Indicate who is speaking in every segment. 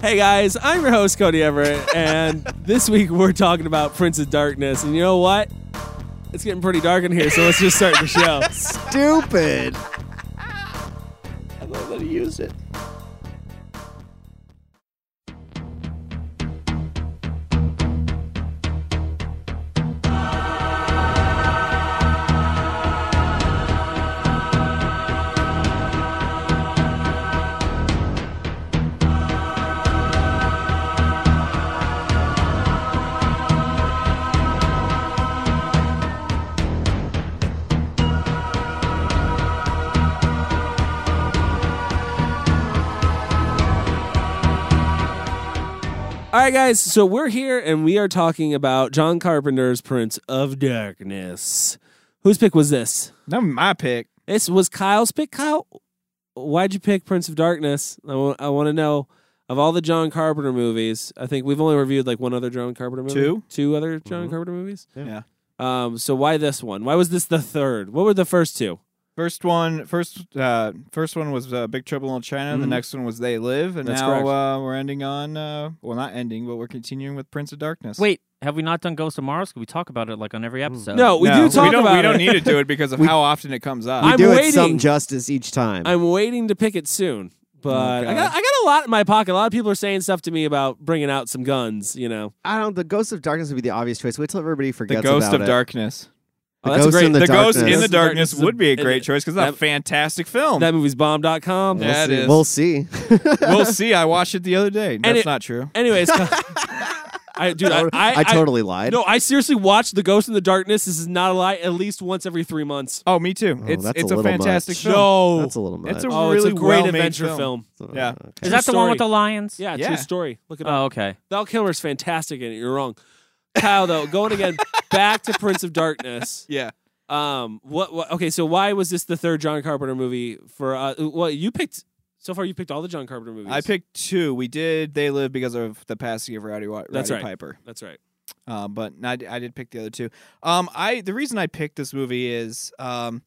Speaker 1: Hey guys, I'm your host Cody Everett, and this week we're talking about Prince of Darkness. And you know what? It's getting pretty dark in here, so let's just start the show.
Speaker 2: Stupid.
Speaker 1: I love that he used it. All right, guys. So we're here, and we are talking about John Carpenter's Prince of Darkness. Whose pick was this?
Speaker 3: That was my pick.
Speaker 1: This was Kyle's pick. Kyle, why'd you pick Prince of Darkness? I want to know of all the John Carpenter movies. I think we've only reviewed like one other John Carpenter movie.
Speaker 3: Two.
Speaker 1: two other John Carpenter movies.
Speaker 3: Yeah.
Speaker 1: Um, so why this one? Why was this the third? What were the first two?
Speaker 3: First one, first, uh, first one was uh, Big Trouble in China. The
Speaker 1: Mhm.
Speaker 3: next one was They Live, and
Speaker 1: That's
Speaker 3: now
Speaker 1: correct.
Speaker 3: uh, we're ending on, uh, well, not ending, but we're continuing with Prince of Darkness.
Speaker 4: Wait, have we not done Ghost of Mars? Could we talk about it like on every episode?
Speaker 1: No, we
Speaker 3: No,
Speaker 1: do talk
Speaker 3: we don't,
Speaker 1: about
Speaker 3: We don't
Speaker 1: it.
Speaker 3: need to do it because of
Speaker 5: We-
Speaker 3: how often it comes up.
Speaker 5: We
Speaker 1: I'm
Speaker 5: do
Speaker 1: waiting.
Speaker 5: it some justice each time.
Speaker 1: I'm waiting to pick it soon. But I
Speaker 3: Okay.
Speaker 1: got I got a lot in my pocket. A lot of people are saying stuff to me about bringing out some guns. You know,
Speaker 5: I don't. The Ghost of Darkness would be the obvious choice. Wait till everybody
Speaker 3: the
Speaker 5: forgets
Speaker 3: Ghost
Speaker 5: about
Speaker 3: of
Speaker 5: it.
Speaker 3: Darkness.
Speaker 1: Oh,
Speaker 5: The
Speaker 1: that's a
Speaker 5: Ghost
Speaker 1: great.
Speaker 5: in the
Speaker 3: the Ghost
Speaker 5: Darkness.
Speaker 3: in the
Speaker 1: Ghost in the
Speaker 3: Darkness
Speaker 1: Darkness
Speaker 3: would be a
Speaker 1: is a-
Speaker 3: great choice because that's a
Speaker 1: that-
Speaker 3: fantastic film.
Speaker 1: that movie's bomb.com.
Speaker 3: Yeah, it is.
Speaker 5: We'll see.
Speaker 3: we'll see. I watched it the other day. That's
Speaker 1: it-
Speaker 3: not true.
Speaker 1: Anyways, uh, I dude, I, I,
Speaker 5: I totally lied.
Speaker 1: no, I seriously watch The Ghost in the Darkness. This is not a lie. At least once every three months.
Speaker 3: Oh, me too.
Speaker 5: Oh,
Speaker 3: it's
Speaker 5: that's
Speaker 3: it's
Speaker 5: a
Speaker 3: a,
Speaker 5: little
Speaker 3: fantastic
Speaker 5: much.
Speaker 3: film.
Speaker 1: No,
Speaker 5: that's a little much.
Speaker 3: It's a
Speaker 1: oh,
Speaker 3: really
Speaker 1: it's a
Speaker 3: well-made
Speaker 1: great adventure
Speaker 3: film.
Speaker 1: film.
Speaker 3: Yeah.
Speaker 4: Is that the one
Speaker 1: story.
Speaker 4: with the lions?
Speaker 1: Yeah,
Speaker 3: Yeah.
Speaker 1: true story. Look it up.
Speaker 4: Oh, okay.
Speaker 1: Val Kilmer's fantastic in it. You're wrong. Kyle, though, going again back to Prince of Darkness.
Speaker 3: Yeah.
Speaker 1: Um, what, what? Okay, so why was this the third John Carpenter movie for? Uh, well, you picked so far. You picked all the John Carpenter movies.
Speaker 3: I picked two. We did They Live because of the passing of Rowdy, Wa- Roddy
Speaker 1: That's right.
Speaker 3: Piper.
Speaker 1: That's right.
Speaker 3: Uh, but I, d- I did pick the other two. Um, I the reason I picked this movie is, um,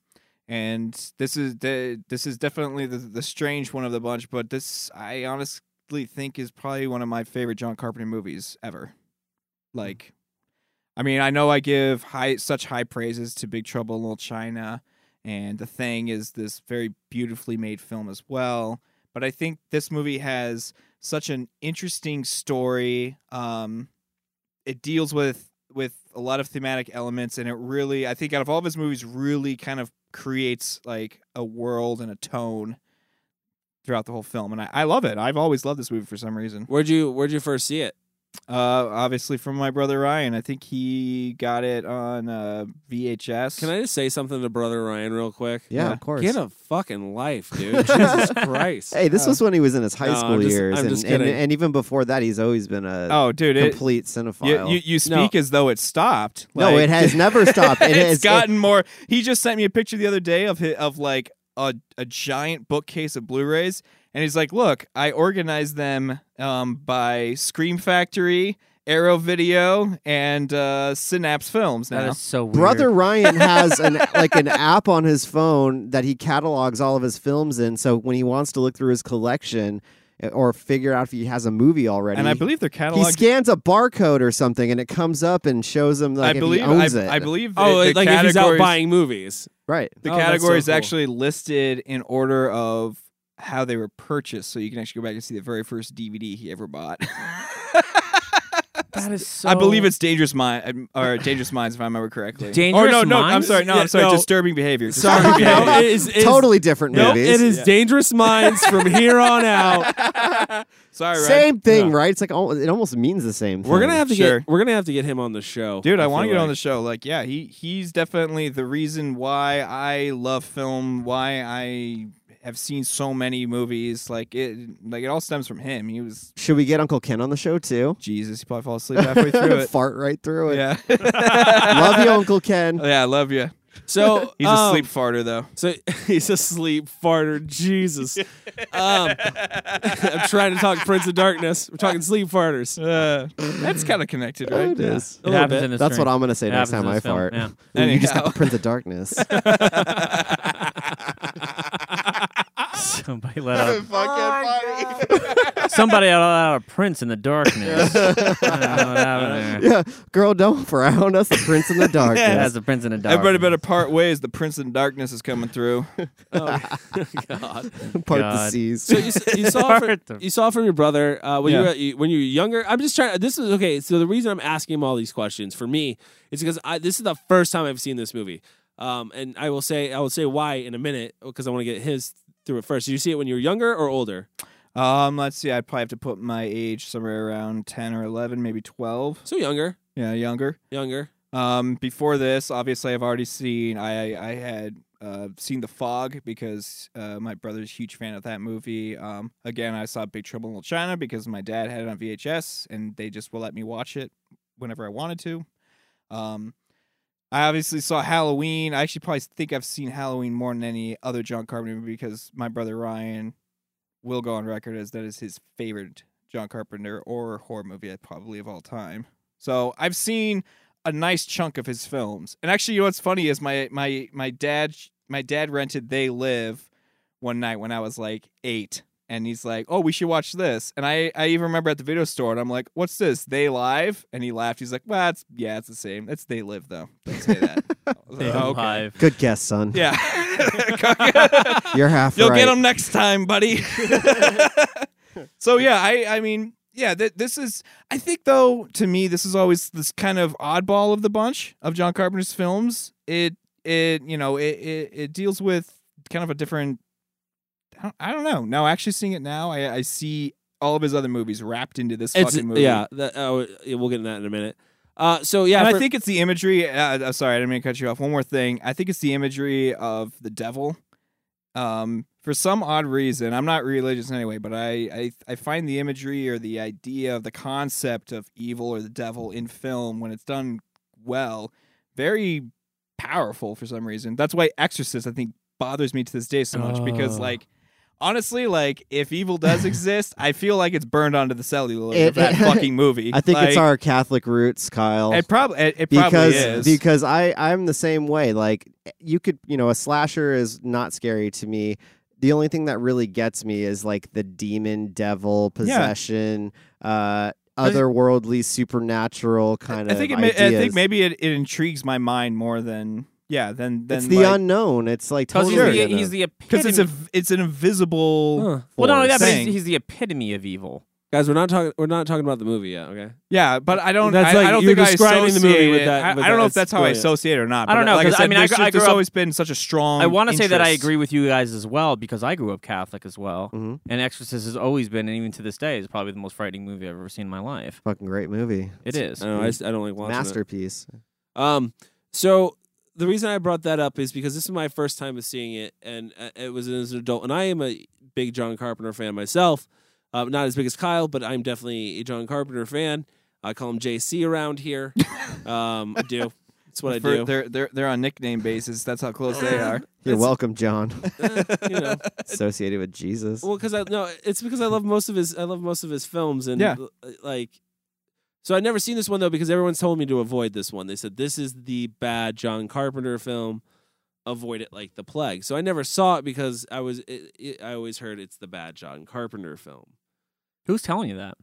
Speaker 3: and this is the, this is definitely the, the strange one of the bunch. But this I honestly think is probably one of my favorite John Carpenter movies ever. Like, I mean, I know I give high such high praises to Big Trouble in Little China, and The Thing is this very beautifully made film as well. But I think this movie has such an interesting story. Um, it deals with with a lot of thematic elements and it really i think out of all of his movies really kind of creates like a world and a tone throughout the whole film and i, I love it i've always loved this movie for some reason
Speaker 1: Where'd you Where'd you first see it?
Speaker 3: uh obviously from my brother ryan i think he got it on uh vhs
Speaker 1: Can I just say something to Brother Ryan real quick?
Speaker 5: yeah, of course.
Speaker 1: Get a fucking life, dude. Jesus Christ.
Speaker 5: Hey, this was when he was in his high
Speaker 1: No,
Speaker 5: school
Speaker 1: I'm just-
Speaker 5: years,
Speaker 1: I'm
Speaker 5: and,
Speaker 1: just
Speaker 5: and,
Speaker 1: kidding.
Speaker 5: and even before that, he's always been a
Speaker 3: oh dude it,
Speaker 5: complete cinephile.
Speaker 3: you, you, you
Speaker 1: No.
Speaker 3: speak as though it stopped
Speaker 5: no,
Speaker 3: Like-
Speaker 5: it has never stopped. It
Speaker 3: it's
Speaker 5: has it-
Speaker 3: gotten more. He just sent me a picture the other day of his, of like a, a giant bookcase of Blu-rays, and he's like, "Look, I organized them um, by Scream Factory, Arrow Video, and uh, Synapse Films." Now,
Speaker 4: That is so weird.
Speaker 5: Brother Ryan has an like an app on his phone that he catalogs all of his films in. So when he wants to look through his collection uh, or figure out if he has a movie already,
Speaker 3: and I believe they're
Speaker 5: he
Speaker 3: cataloged.
Speaker 5: scans a barcode or something, and it comes up and shows him like
Speaker 3: I
Speaker 5: if
Speaker 3: believe.
Speaker 5: he owns
Speaker 3: I,
Speaker 5: it.
Speaker 3: I believe.
Speaker 1: Oh,
Speaker 3: the, the
Speaker 1: like if he's out
Speaker 3: categories-
Speaker 1: buying movies.
Speaker 5: right.
Speaker 3: The
Speaker 1: Oh, that's so
Speaker 3: categories
Speaker 1: cool.
Speaker 3: actually listed in order of how they were purchased, so you can actually go back and see the very first DVD he ever bought.
Speaker 4: That is so.
Speaker 3: I believe it's Dangerous Mind or Dangerous Minds, if I remember correctly.
Speaker 4: Dangerous
Speaker 3: or no, no, I'm
Speaker 4: Minds?
Speaker 3: sorry, no,
Speaker 1: Yeah,
Speaker 3: I'm sorry,
Speaker 1: no.
Speaker 3: Disturbing Behavior.
Speaker 1: Sorry,
Speaker 3: Disturbing
Speaker 1: no,
Speaker 3: Behavior.
Speaker 1: it is, it is-
Speaker 5: totally different
Speaker 1: No,
Speaker 5: movies.
Speaker 1: it is Dangerous Minds from here on out.
Speaker 3: sorry, Ryan.
Speaker 5: same thing,
Speaker 3: Yeah.
Speaker 5: right? It's like al- it almost means the same. Thing.
Speaker 1: We're gonna have to
Speaker 3: Sure.
Speaker 1: get we're gonna have to get him on the show,
Speaker 3: Dude, I, want to
Speaker 1: feel
Speaker 3: get on
Speaker 1: like.
Speaker 3: the show. Like, yeah, he he's definitely the reason why I love film, why I have seen so many movies. Like it, like it all stems from him. He was
Speaker 5: Should we get Uncle Ken on the show too?
Speaker 3: Jesus. He probably fall asleep halfway through it.
Speaker 5: Fart right through it.
Speaker 3: Yeah,
Speaker 5: Love you, Uncle Ken.
Speaker 3: yeah, I love you.
Speaker 1: So
Speaker 3: He's a
Speaker 1: um,
Speaker 3: sleep farter though.
Speaker 1: So he's a sleep farter. Jesus. um, I'm trying to talk Prince of Darkness. We're talking sleep farters.
Speaker 3: Uh, that's kind of connected, right?
Speaker 1: A
Speaker 5: It is.
Speaker 4: It
Speaker 1: little
Speaker 4: happens
Speaker 1: bit.
Speaker 4: in this
Speaker 5: That's
Speaker 4: dream.
Speaker 5: what I'm gonna say
Speaker 4: It
Speaker 5: next
Speaker 4: happens in
Speaker 5: time I
Speaker 4: this film,
Speaker 5: fart.
Speaker 4: yeah.
Speaker 5: Ooh, You just got
Speaker 3: Anyhow.
Speaker 5: the Prince of Darkness.
Speaker 4: Somebody let out. Somebody let out a prince in the darkness. I don't know what happened there.
Speaker 5: yeah, girl, don't frown. That's the Prince in the
Speaker 4: That's
Speaker 5: Darkness.
Speaker 4: the prince in the darkness.
Speaker 3: Everybody better part ways. The Prince in Darkness is coming through.
Speaker 5: Part the
Speaker 4: Oh, God.
Speaker 5: seas.
Speaker 1: So you, s- you saw from,
Speaker 4: Fart.
Speaker 1: you saw from your brother uh, when you
Speaker 3: Yeah.
Speaker 1: were, you when you were younger. I'm just trying. This is okay. So the reason I'm asking him all these questions for me is because I, this is the first time I've seen this movie, um, and I will say I will say why in a minute because I want to get his through it first. Did you see it when you were younger or older?
Speaker 3: Um, let's see. I'd probably have to put my age somewhere around ten or eleven, maybe twelve.
Speaker 1: So younger,
Speaker 3: Yeah, younger.
Speaker 1: younger.
Speaker 3: Um, before this, obviously, I've already seen. I I had uh, seen The Fog because uh, my brother's a huge fan of that movie. Um, again, I saw Big Trouble in Little China because my dad had it on VHS, and they just will let me watch it whenever I wanted to. Um, I obviously saw Halloween. I actually probably think I've seen Halloween more than any other John Carpenter movie because my brother Ryan will go on record as that is his favorite John Carpenter or horror movie uh, probably of all time. So I've seen a nice chunk of his films. And actually, you know what's funny is my my my dad my dad rented They Live one night when I was like eight, and he's like, "Oh, we should watch this." And I I even remember at the video store, and I'm like, "What's this? They Live?" And he laughed. He's like, "Well, it's yeah, it's the same. It's They Live though. Don't say that." I was like, "Oh, okay.
Speaker 4: Alive.
Speaker 5: Good guess, son.
Speaker 3: Yeah.
Speaker 5: You're half
Speaker 3: You'll
Speaker 5: right.
Speaker 3: get them next time, buddy. so yeah, I I mean yeah, th- this is I think though to me this is always this kind of oddball of the bunch of John Carpenter's films. It it you know it it, it deals with kind of a different. I don't, I don't know. No, actually seeing it now, I I see all of his other movies wrapped into this
Speaker 1: It's
Speaker 3: fucking movie.
Speaker 1: yeah. That, oh, yeah, we'll get into that in a minute. Uh, so yeah,
Speaker 3: And
Speaker 1: for-
Speaker 3: I think it's the imagery. Uh, uh, sorry, I didn't mean to cut you off. One more thing. I think it's the imagery of the devil. Um, for some odd reason, I'm not religious anyway, but I, I I find the imagery or the idea of the concept of evil or the devil in film when it's done well, very powerful for some reason. That's why Exorcist I think bothers me to this day so much because
Speaker 4: Oh.
Speaker 3: like honestly like if evil does exist, I feel like it's burned onto the celluloid
Speaker 5: It-
Speaker 3: of that
Speaker 5: it-
Speaker 3: fucking movie.
Speaker 5: I think it's
Speaker 3: Like,
Speaker 5: our Catholic roots, Kyle.
Speaker 3: It probably it, it probably
Speaker 5: because
Speaker 3: is
Speaker 5: because I I'm the same way. Like you could you know a slasher is not scary to me. The only thing that really gets me is like the demon devil possession, uh, otherworldly supernatural kind
Speaker 3: I
Speaker 5: of
Speaker 3: think it may,
Speaker 5: ideas.
Speaker 3: I think maybe it, it intrigues my mind more than yeah than than
Speaker 5: it's the
Speaker 3: like,
Speaker 5: unknown. It's like
Speaker 4: Because
Speaker 5: totally
Speaker 4: he's, the,
Speaker 5: unknown.
Speaker 4: he's the
Speaker 3: because
Speaker 4: epitome.
Speaker 3: it's a it's an invisible.
Speaker 1: Huh.
Speaker 4: well, not only that, but
Speaker 3: thing.
Speaker 4: he's, he's the epitome of evil.
Speaker 1: guys, we're not talking. We're not talking about the movie yet. Okay.
Speaker 3: Yeah, but I don't.
Speaker 1: That's
Speaker 3: I, I
Speaker 1: like
Speaker 3: don't
Speaker 1: you're
Speaker 3: think I
Speaker 1: describing the movie
Speaker 3: associate
Speaker 1: with
Speaker 3: it.
Speaker 1: that-
Speaker 3: I,
Speaker 1: with
Speaker 3: I don't
Speaker 1: that.
Speaker 3: know if
Speaker 1: It's
Speaker 3: that's how
Speaker 1: brilliant.
Speaker 3: I associate it or not.
Speaker 4: I
Speaker 3: but
Speaker 4: don't know,
Speaker 3: Like I
Speaker 4: 'cause I
Speaker 3: said,
Speaker 4: mean, I
Speaker 3: there's,
Speaker 4: gr-
Speaker 3: just-
Speaker 4: I grew
Speaker 3: there's
Speaker 4: up-
Speaker 3: always been such a strong.
Speaker 4: I want to say that I
Speaker 3: interest.
Speaker 4: agree with you guys as well because I grew up Catholic as well,
Speaker 1: Mm-hmm.
Speaker 5: Mhm.
Speaker 4: and Exorcist has always been, and even to this day, is probably the most frightening movie I've ever seen in my life.
Speaker 5: fucking great movie,
Speaker 4: It is.
Speaker 1: Oh, I don't, know, I, just- I don't like watching it.
Speaker 5: masterpiece.
Speaker 1: Um, so the reason I brought that up is because this is my first time of seeing it, and uh, it was as an adult. And I am a big John Carpenter fan myself. Uh, not as big as Kyle, but I'm definitely a John Carpenter fan. I call him JC around here. um, I do. That's what I
Speaker 3: For-
Speaker 1: do.
Speaker 3: They're they're they're on nickname basis. That's how close they are.
Speaker 5: You're welcome, John.
Speaker 1: You know.
Speaker 5: Associated with Jesus.
Speaker 1: Well, because I no, it's because I love most of his. I love most of his films, and
Speaker 3: Yeah.
Speaker 1: l- like, so I've never seen this one though because everyone's told me to avoid this one. They said this is the bad John Carpenter film. Avoid it like the plague. So I never saw it because I was. It, it, I always heard it's the bad John Carpenter film.
Speaker 4: Who's telling you that?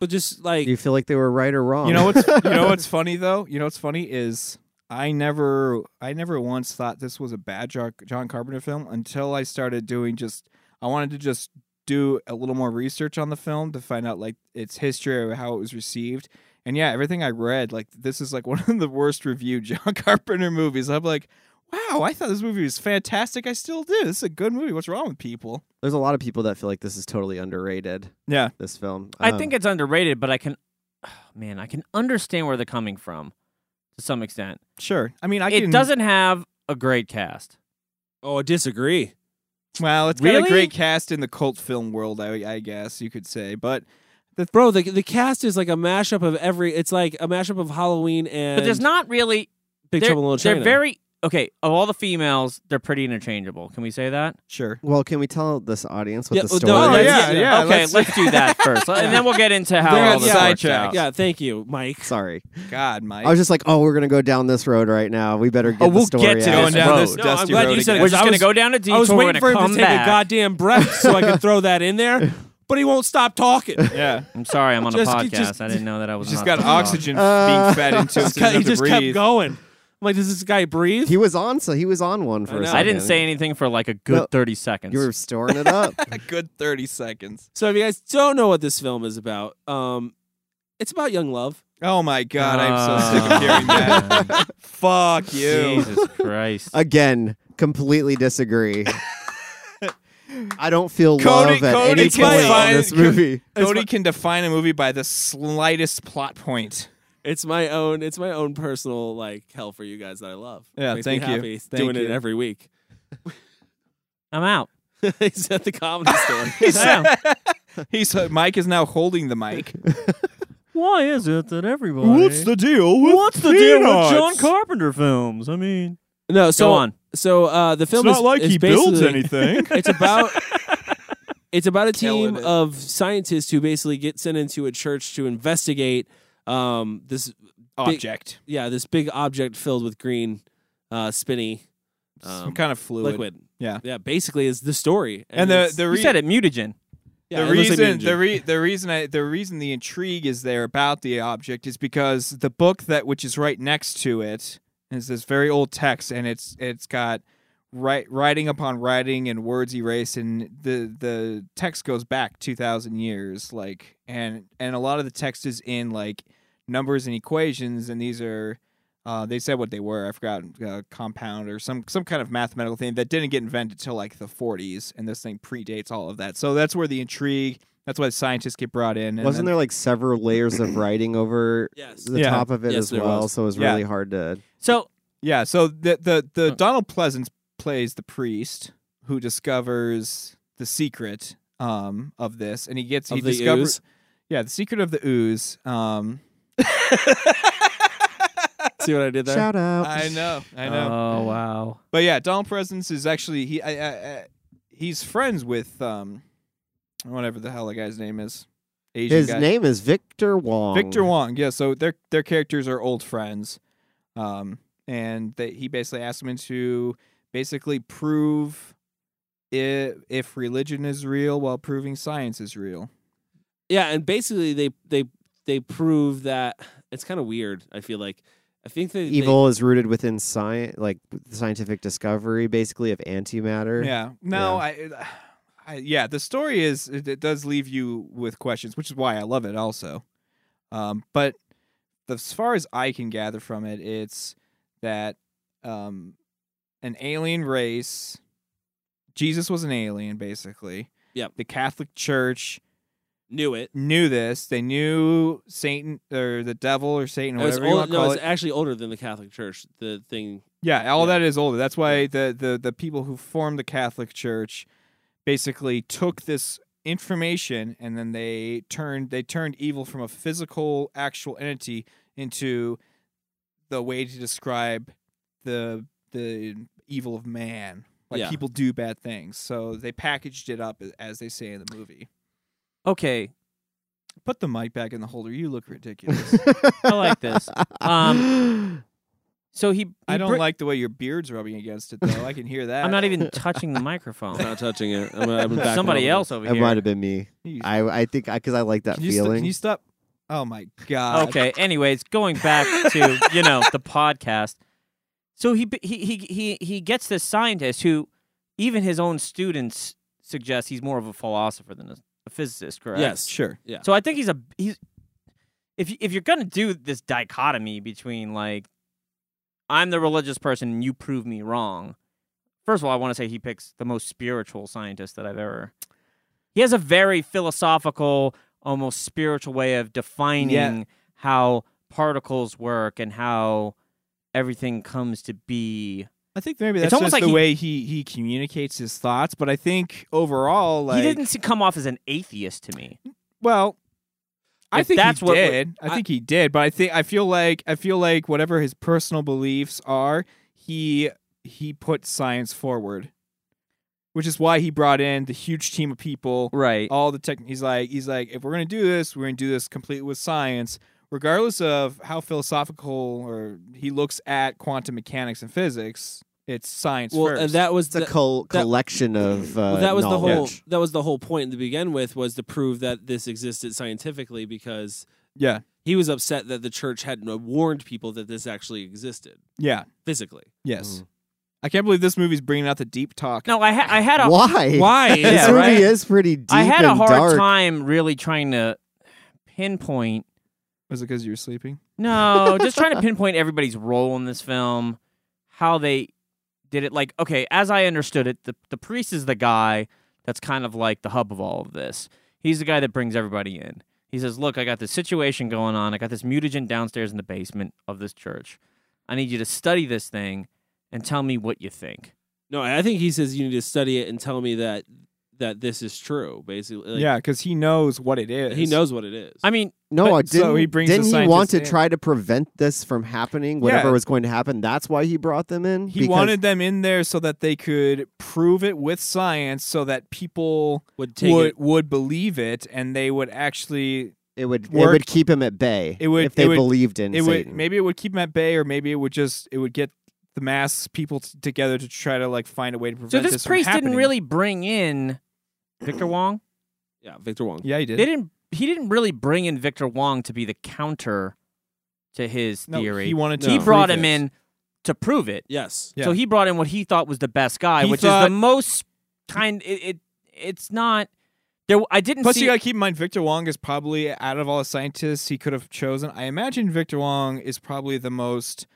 Speaker 1: But just
Speaker 5: Do you
Speaker 1: like
Speaker 5: feel like they were right or wrong?
Speaker 3: You know what's you know what's funny though. You know what's funny is I never I never once thought this was a bad Jo- John Carpenter film until I started doing just I wanted to just do a little more research on the film to find out like its history or how it was received. And yeah, everything I read like this is like one of the worst reviewed John Carpenter movies. I'm like, wow, I thought this movie was fantastic. I still do. This is a good movie. What's wrong with people?
Speaker 5: There's a lot of people that feel like this is totally underrated.
Speaker 3: Yeah.
Speaker 5: This film.
Speaker 4: I
Speaker 5: Um,
Speaker 4: think it's underrated, but I can, man, I can understand where they're coming from to some extent.
Speaker 3: Sure. I mean, I
Speaker 4: it
Speaker 3: can
Speaker 4: doesn't have a great cast.
Speaker 1: oh, I disagree.
Speaker 3: Well, it's got
Speaker 4: Really?
Speaker 3: a great cast in the cult film world, I, I guess you could say. But
Speaker 1: Bro, the the cast is like a mashup of every. It's like a mashup of Halloween and
Speaker 4: But there's not really.
Speaker 1: Big
Speaker 4: they're,
Speaker 1: Trouble in Little
Speaker 4: they're
Speaker 1: China.
Speaker 4: very okay. Of all the females, they're pretty interchangeable. Can we say that?
Speaker 3: sure,
Speaker 5: Well, can we tell this audience what
Speaker 1: Yeah,
Speaker 5: the
Speaker 1: well,
Speaker 5: story
Speaker 1: no,
Speaker 5: is?
Speaker 1: Oh, yeah,
Speaker 3: yeah,
Speaker 4: okay,
Speaker 3: let's-
Speaker 4: let's, do that first, and then we'll get into how
Speaker 3: They're
Speaker 4: all
Speaker 3: on
Speaker 4: this works
Speaker 3: sidetracks.
Speaker 4: out.
Speaker 1: yeah. Thank you, Mike.
Speaker 5: Sorry.
Speaker 3: God, Mike.
Speaker 5: I was just like, oh, we're going to go down this road right now. We better get
Speaker 4: Oh, we'll
Speaker 5: the story
Speaker 4: get to
Speaker 5: out.
Speaker 3: going
Speaker 4: this
Speaker 3: down
Speaker 4: road.
Speaker 3: this
Speaker 1: No, I'm
Speaker 3: dusty
Speaker 1: glad
Speaker 3: road
Speaker 1: you said
Speaker 3: again.
Speaker 4: We're
Speaker 1: I
Speaker 4: just gonna
Speaker 1: was-
Speaker 4: go down a detour.
Speaker 1: I was
Speaker 4: we're
Speaker 1: waiting
Speaker 4: gonna
Speaker 1: for him to
Speaker 4: come
Speaker 1: take
Speaker 4: back.
Speaker 1: a goddamn breath so I could throw that in there, but he won't stop talking.
Speaker 3: yeah,
Speaker 4: I'm sorry, I'm on
Speaker 1: Just-
Speaker 4: a podcast.
Speaker 1: just-
Speaker 4: I didn't know that I was.
Speaker 3: just
Speaker 4: on
Speaker 3: got
Speaker 4: a podcast.
Speaker 3: oxygen being
Speaker 5: Uh,
Speaker 3: fed into him. so
Speaker 1: Oh. he
Speaker 3: doesn't have
Speaker 1: just
Speaker 3: to
Speaker 1: kept
Speaker 3: breathe.
Speaker 1: going. I'm like, does this guy breathe?
Speaker 5: He was on, so he was on one for
Speaker 1: I
Speaker 5: a
Speaker 1: know.
Speaker 5: second.
Speaker 4: I didn't say anything for like a good
Speaker 5: No,
Speaker 4: 30 seconds.
Speaker 5: You were storing it up.
Speaker 3: A good thirty seconds.
Speaker 1: so if you guys don't know what this film is about, um, it's about young love.
Speaker 3: Oh my God, I'm so sick
Speaker 4: Oh,
Speaker 3: of hearing
Speaker 5: Uh.
Speaker 3: that.
Speaker 4: man.
Speaker 3: Fuck you.
Speaker 4: Jesus Christ.
Speaker 5: Again, completely disagree. I don't feel
Speaker 3: Cody-
Speaker 5: love at
Speaker 3: Cody
Speaker 5: any
Speaker 3: can
Speaker 5: point in
Speaker 3: find-
Speaker 5: this movie.
Speaker 3: Cody can define a movie by the slightest plot point.
Speaker 1: It's my own. It's my own personal like hell for you guys that I love.
Speaker 3: Yeah,
Speaker 1: Makes
Speaker 3: thank
Speaker 1: me
Speaker 3: you.
Speaker 1: happy
Speaker 3: Thank
Speaker 1: doing it
Speaker 3: you.
Speaker 1: every week.
Speaker 4: I'm out.
Speaker 1: He's at the comedy store.
Speaker 3: He's, he's Mike is now holding the mic.
Speaker 4: Why is it that everybody? What's the
Speaker 3: deal?
Speaker 4: What's the deal with John Carpenter films? I mean,
Speaker 1: no, so
Speaker 4: go on.
Speaker 1: So uh, the film is is basically-
Speaker 3: anything.
Speaker 1: It's about it's about a
Speaker 3: Killing
Speaker 1: team
Speaker 3: it.
Speaker 1: of scientists who basically get sent into a church to investigate um, this
Speaker 3: Object,
Speaker 1: yeah this big object filled with green uh, spinny
Speaker 3: some
Speaker 1: um,
Speaker 3: kind of fluid.
Speaker 1: liquid.
Speaker 3: Yeah.
Speaker 1: Yeah, basically is the story.
Speaker 3: And the
Speaker 1: it's-
Speaker 3: the,
Speaker 4: you
Speaker 3: re-
Speaker 4: said it mutagen.
Speaker 1: yeah,
Speaker 3: the
Speaker 1: it looks like
Speaker 3: reason the
Speaker 1: Ninja.
Speaker 3: re- the reason I, the reason the intrigue is there about the object is because the book that which is right next to it is this very old text and it's it's got write, writing upon writing and words erased and the the text goes back 2000 years like and and a lot of the text is in like numbers and equations and these are uh, they said what they were. I forgot uh, compound or some some kind of mathematical thing that didn't get invented till like the 40s, and this thing predates all of that. So that's where the intrigue. That's why scientists get brought in. And
Speaker 5: Wasn't there like several layers of writing over
Speaker 1: Yes.
Speaker 5: the
Speaker 3: Yeah.
Speaker 5: top of it
Speaker 1: Yes,
Speaker 5: as
Speaker 1: there
Speaker 5: well?
Speaker 1: was.
Speaker 5: So it was
Speaker 3: Yeah.
Speaker 5: really hard to.
Speaker 4: So
Speaker 3: Yeah. So the the, the
Speaker 4: Huh.
Speaker 3: Donald Pleasance plays the priest who discovers the secret um, of this, and he gets he
Speaker 1: Of the
Speaker 3: discovers
Speaker 1: ooze.
Speaker 3: yeah the secret of the ooze. Um,
Speaker 1: See what I did there?
Speaker 5: Shout out.
Speaker 3: I know. I know.
Speaker 4: Oh wow.
Speaker 3: But yeah, Donald Presence is actually he I, I, I, he's friends with um whatever the hell the guy's name is. Asian
Speaker 5: His
Speaker 3: guy.
Speaker 5: name is Victor Wong.
Speaker 3: Victor Wong. Yeah, so their their characters are old friends. Um and that he basically asked him to basically prove if, if religion is real while proving science is real.
Speaker 1: Yeah, and basically they they they prove that it's kind of weird. I feel like I think they they-
Speaker 5: Evil is rooted within science, like scientific discovery, basically of antimatter.
Speaker 3: Yeah. No, I, I yeah, the story is it, it does leave you with questions, which is why I love it also. Um, but the- as far as I can gather from it, it's that um, an alien race. Jesus was an alien, basically.
Speaker 1: Yep.
Speaker 3: The Catholic Church
Speaker 1: knew it.
Speaker 3: knew this. They knew Satan or the devil or Satan,
Speaker 1: It was
Speaker 3: whatever you
Speaker 1: old-
Speaker 3: want to
Speaker 1: no,
Speaker 3: call
Speaker 1: it's
Speaker 3: it.
Speaker 1: actually older than the Catholic Church. The thing
Speaker 3: Yeah, all
Speaker 1: Yeah.
Speaker 3: that is older. That's why the, the the people who formed the Catholic Church basically took this information and then they turned they turned evil from a physical actual entity into the way to describe the the evil of man. Like
Speaker 1: Yeah.
Speaker 3: people do bad things. So they packaged it up as they say in the movie.
Speaker 4: Okay,
Speaker 3: Put the mic back in the holder. You look ridiculous.
Speaker 4: I like this. Um, so he. he
Speaker 3: I don't
Speaker 4: br-
Speaker 3: like the way your beard's rubbing against it though. I can hear that.
Speaker 4: I'm not even touching the microphone.
Speaker 1: not touching it. I'm, I'm backing
Speaker 4: Somebody
Speaker 1: off
Speaker 4: else over
Speaker 5: It
Speaker 4: here.
Speaker 5: might have been me.
Speaker 3: You-
Speaker 5: I I think because I like that
Speaker 3: Can you, st-
Speaker 5: feeling.
Speaker 3: can you stop? Oh my god.
Speaker 4: Okay. Anyways, going back to you know the podcast. So he b- he he he he gets this scientist who, even his own students suggest he's more of a philosopher than a, a physicist.
Speaker 1: of
Speaker 4: Correct.
Speaker 1: it. Yes,
Speaker 3: Sure.
Speaker 1: Yeah.
Speaker 4: So I think he's a he's if you, if you're gonna do this dichotomy between like I'm the religious person and you prove me wrong. First of all, I want to say he picks the most spiritual scientist that I've ever. He has a very philosophical, almost spiritual way of defining how particles work and how everything comes to be
Speaker 3: I think maybe that's
Speaker 4: It's almost
Speaker 3: just
Speaker 4: like
Speaker 3: the
Speaker 4: he-
Speaker 3: way he he communicates his thoughts. But I think overall, like,
Speaker 4: he didn't se- come off as an atheist to me.
Speaker 3: Well, I
Speaker 4: If
Speaker 3: think
Speaker 4: that's
Speaker 3: he
Speaker 4: what we're-
Speaker 3: did. I
Speaker 1: I-
Speaker 3: think he did, but I think I feel like I feel like whatever his personal beliefs are, he he put science forward, which is why he brought in the huge team of people,
Speaker 4: Right.
Speaker 3: all the tech. He's like he's like if we're gonna do this, we're gonna do this completely with science, regardless of how philosophical or he looks at quantum mechanics and physics. It's science
Speaker 1: Well,
Speaker 3: first.
Speaker 1: and that was
Speaker 5: It's a
Speaker 1: the,
Speaker 5: col-
Speaker 1: that-
Speaker 5: collection of uh,
Speaker 1: well, that was the whole
Speaker 5: knowledge.
Speaker 1: that was the whole point to begin with was to prove that this existed scientifically because
Speaker 3: yeah,
Speaker 1: he was upset that the church hadn't warned people that this actually existed
Speaker 3: yeah,
Speaker 1: physically. Mm.
Speaker 3: yes. I can't believe this movie's bringing out the deep talk.
Speaker 4: No, I, ha- I had a
Speaker 5: Why?
Speaker 1: Why?
Speaker 5: This
Speaker 4: Yeah,
Speaker 5: movie
Speaker 4: right?
Speaker 5: is pretty deep
Speaker 4: I had
Speaker 5: and
Speaker 4: a hard
Speaker 5: dark.
Speaker 4: time really trying to pinpoint.
Speaker 3: Was it because you were sleeping?
Speaker 4: No, just trying to pinpoint everybody's role in this film, how they did it. Like, okay, as I understood it, the the priest is the guy that's kind of like the hub of all of this. He's the guy that brings everybody in. He says, "Look, I got this situation going on. I got this mutagen downstairs in the basement of this church. I need you to study this thing and tell me what you think."
Speaker 1: No, I think he says you need to study it and tell me that that this is true. Basically, Like,
Speaker 3: yeah, because he knows what it is.
Speaker 1: he knows what it is.
Speaker 4: I mean,
Speaker 5: No,
Speaker 3: But-
Speaker 5: I didn't,
Speaker 3: so he brings the
Speaker 5: didn't he
Speaker 3: scientists
Speaker 5: want to
Speaker 3: in.
Speaker 5: try to prevent this from happening, whatever
Speaker 3: Yeah.
Speaker 5: was going to happen? That's why he brought them in?
Speaker 3: He
Speaker 5: Because-
Speaker 3: wanted them in there so that they could prove it with science, so that people
Speaker 1: would take
Speaker 3: would
Speaker 1: it.
Speaker 3: would believe it, and they would actually
Speaker 5: it would it
Speaker 3: work-
Speaker 5: would keep him at bay
Speaker 3: It would-
Speaker 5: if they
Speaker 3: it would-
Speaker 5: believed in
Speaker 3: it would
Speaker 5: Satan.
Speaker 3: maybe it would keep them at bay, or maybe it would just it would get the mass people t- together to try to like find a way to prevent
Speaker 4: so this,
Speaker 3: this from
Speaker 4: priest didn't
Speaker 3: happening.
Speaker 4: really bring in Victor Wong.
Speaker 1: Yeah, Victor Wong.
Speaker 3: Yeah, he did.
Speaker 4: they didn't he didn't really bring in Victor Wong to be the counter to his
Speaker 3: no,
Speaker 4: theory.
Speaker 3: he wanted to.
Speaker 4: He
Speaker 1: No.
Speaker 4: brought
Speaker 1: prove
Speaker 4: him
Speaker 1: it.
Speaker 4: in to prove it.
Speaker 1: Yes.
Speaker 3: Yeah.
Speaker 4: So he brought in what he thought was the best guy,
Speaker 3: He
Speaker 4: which is
Speaker 3: thought-
Speaker 4: the most kind it, it it's not there I didn't
Speaker 3: Plus,
Speaker 4: see
Speaker 3: you gotta keep in mind, Victor Wong is probably out of all the scientists he could have chosen. I imagine Victor Wong is probably the most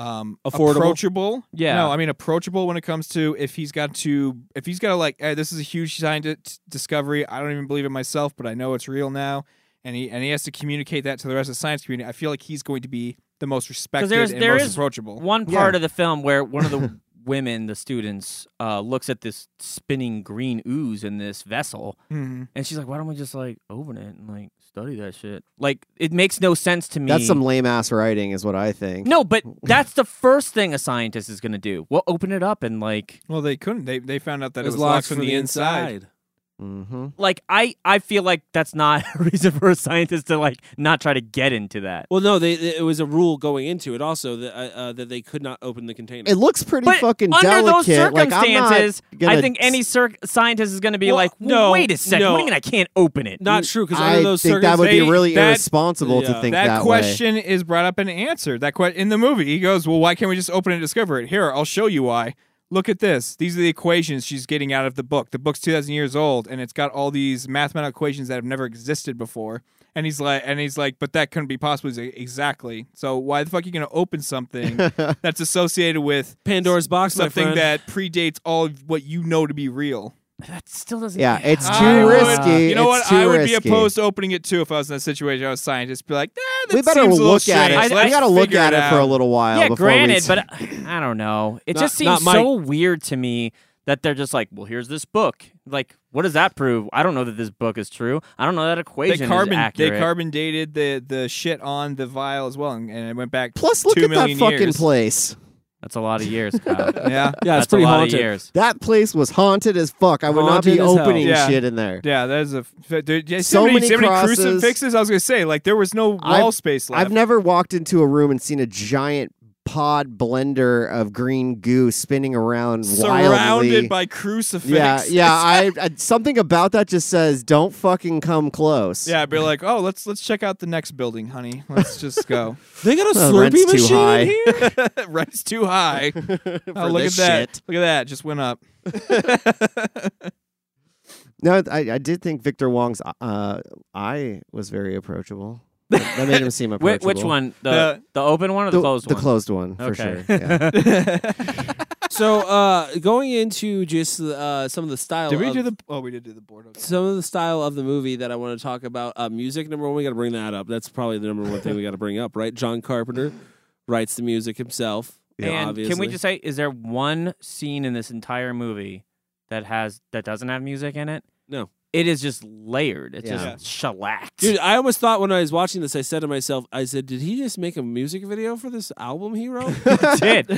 Speaker 3: um,
Speaker 1: Affordable?
Speaker 3: approachable.
Speaker 4: Yeah.
Speaker 3: no, I mean approachable when it comes to if he's got to if he's got to like hey, this is a huge scientist discovery. I don't even believe it myself, but I know it's real now, and he and he has to communicate that to the rest of the science community. I feel like he's going to be the most respected
Speaker 4: there's-
Speaker 3: and
Speaker 4: there
Speaker 3: most
Speaker 4: is
Speaker 3: approachable.
Speaker 4: one part of the film where one of the women, the students, uh, looks at this spinning green ooze in this vessel
Speaker 3: Mhm.
Speaker 4: and she's like, Why don't we just like open it and like study that shit? Like it makes no sense to me.
Speaker 5: That's some lame ass writing, is what I think.
Speaker 4: No, but that's the first thing a scientist is going to do. Well, open it up and like,
Speaker 3: Well, they couldn't. They they found out that it was locked from the inside.
Speaker 5: Mm-hmm.
Speaker 4: like I, I feel like that's not a reason for a scientist to like not try to get into that.
Speaker 1: Well, no, they, it was a rule going into it also that uh, uh, that they could not open the container.
Speaker 5: It looks pretty
Speaker 4: But
Speaker 5: fucking
Speaker 4: under
Speaker 5: delicate.
Speaker 4: those circumstances,
Speaker 5: like, I'm not gonna
Speaker 4: I think any cir- scientist is going to be
Speaker 1: Well,
Speaker 4: like,
Speaker 1: no,
Speaker 4: wait a second,
Speaker 1: no.
Speaker 4: what do you mean I can't open it?
Speaker 1: not true because
Speaker 5: I
Speaker 1: under those
Speaker 5: think that would be
Speaker 3: circumstances-
Speaker 5: really
Speaker 3: Mm, that-
Speaker 5: irresponsible to
Speaker 1: yeah.
Speaker 5: think
Speaker 3: that,
Speaker 5: that, way.
Speaker 3: question is brought up and answered. That que- in the movie, he goes, "Well, why can't we just open and discover it? Here, I'll show you why. Look at this. These are the equations she's getting out of the book. The book's two thousand years old, and it's got all these mathematical equations that have never existed before." And he's like, and he's like, but that couldn't be possible. He's like, exactly. So why the fuck are you gonna open something that's associated with
Speaker 1: Pandora's box, my
Speaker 3: something
Speaker 1: friend.
Speaker 3: that predates all of what you know to be real?
Speaker 4: that still doesn't.
Speaker 5: Yeah, it's too
Speaker 3: I would-
Speaker 5: risky.
Speaker 3: You know what?
Speaker 5: it's too
Speaker 3: I would
Speaker 5: risky.
Speaker 3: be opposed to opening it too if I was in that situation. I was a scientist. Be like, eh, that
Speaker 5: we better
Speaker 3: seems a little
Speaker 5: look at it.
Speaker 3: strange.
Speaker 5: we
Speaker 3: Let's
Speaker 5: gotta look
Speaker 3: figure
Speaker 5: at it,
Speaker 3: out.
Speaker 5: for a little while.
Speaker 4: Yeah,
Speaker 5: before we
Speaker 4: granted,
Speaker 5: s-
Speaker 4: but I don't know. It
Speaker 1: Not-
Speaker 4: just
Speaker 1: not
Speaker 4: seems
Speaker 1: my-
Speaker 4: so weird to me that they're just like, well, here's this book. Like, what does that prove? I don't know that this book is true. I don't know that
Speaker 3: They
Speaker 4: equation is
Speaker 3: carbon, they
Speaker 4: accurate.
Speaker 3: carbon dated the, the shit on the vial as well, and, and it went back.
Speaker 5: plus, look
Speaker 3: two
Speaker 5: at that
Speaker 3: million
Speaker 5: fucking
Speaker 3: years.
Speaker 5: place.
Speaker 4: That's a lot of years, Kyle.
Speaker 3: Yeah,
Speaker 1: yeah,
Speaker 4: That's
Speaker 1: it's pretty
Speaker 4: a lot
Speaker 1: haunted.
Speaker 4: of years.
Speaker 5: That place was haunted as fuck. I would
Speaker 1: Haunted
Speaker 5: not
Speaker 1: as
Speaker 5: be
Speaker 1: hell.
Speaker 5: opening
Speaker 3: Yeah.
Speaker 5: shit in there.
Speaker 3: yeah. That's a f- dude, yeah,
Speaker 5: So
Speaker 3: so many,
Speaker 5: many
Speaker 3: so many
Speaker 5: crosses.
Speaker 3: crucifixes. I was gonna say, like, there was no wall
Speaker 5: I've-
Speaker 3: space left.
Speaker 5: I've never walked into a room and seen a giant pod blender of green goo spinning around
Speaker 3: surrounded
Speaker 5: wildly.
Speaker 3: by crucifixes.
Speaker 5: yeah, yeah. I, I something about that just says don't fucking come close.
Speaker 3: yeah. I'd be like, oh, let's let's check out the next building, honey. Let's just go.
Speaker 1: They got a
Speaker 5: Well,
Speaker 1: Slurpee
Speaker 5: Oh, rent's too
Speaker 1: machine
Speaker 5: high.
Speaker 1: in here.
Speaker 3: Rent's too high.
Speaker 5: For
Speaker 3: Oh, look
Speaker 5: this
Speaker 3: at that!
Speaker 5: shit.
Speaker 3: Look at that! Just went up.
Speaker 5: No, I, I did think Victor Wong's uh, eye was very approachable. That that made him seem
Speaker 4: Whi-
Speaker 5: approachable.
Speaker 4: which one? The,
Speaker 3: The-
Speaker 4: the open one or the, closed
Speaker 5: the
Speaker 4: one?
Speaker 5: closed one, for
Speaker 4: Okay.
Speaker 5: sure. Yeah.
Speaker 1: so uh, going into just uh, some of the style.
Speaker 3: Did we
Speaker 1: of,
Speaker 3: do the? Oh, we did do the board. Okay.
Speaker 1: some of the style of the movie that I want to talk about? Uh, music number one, we got to bring that up. That's probably the number one thing we got to bring up, right? John Carpenter writes the music himself. Yeah,
Speaker 4: and can we
Speaker 1: obviously.
Speaker 4: just say, is there one scene in this entire movie that has that doesn't have music in it?
Speaker 1: No.
Speaker 4: It is just layered. It's
Speaker 5: Yeah.
Speaker 4: just shellacked.
Speaker 1: Dude, I almost thought when I was watching this, I said to myself, I said, did he just make a music video for this album he wrote?
Speaker 4: It did.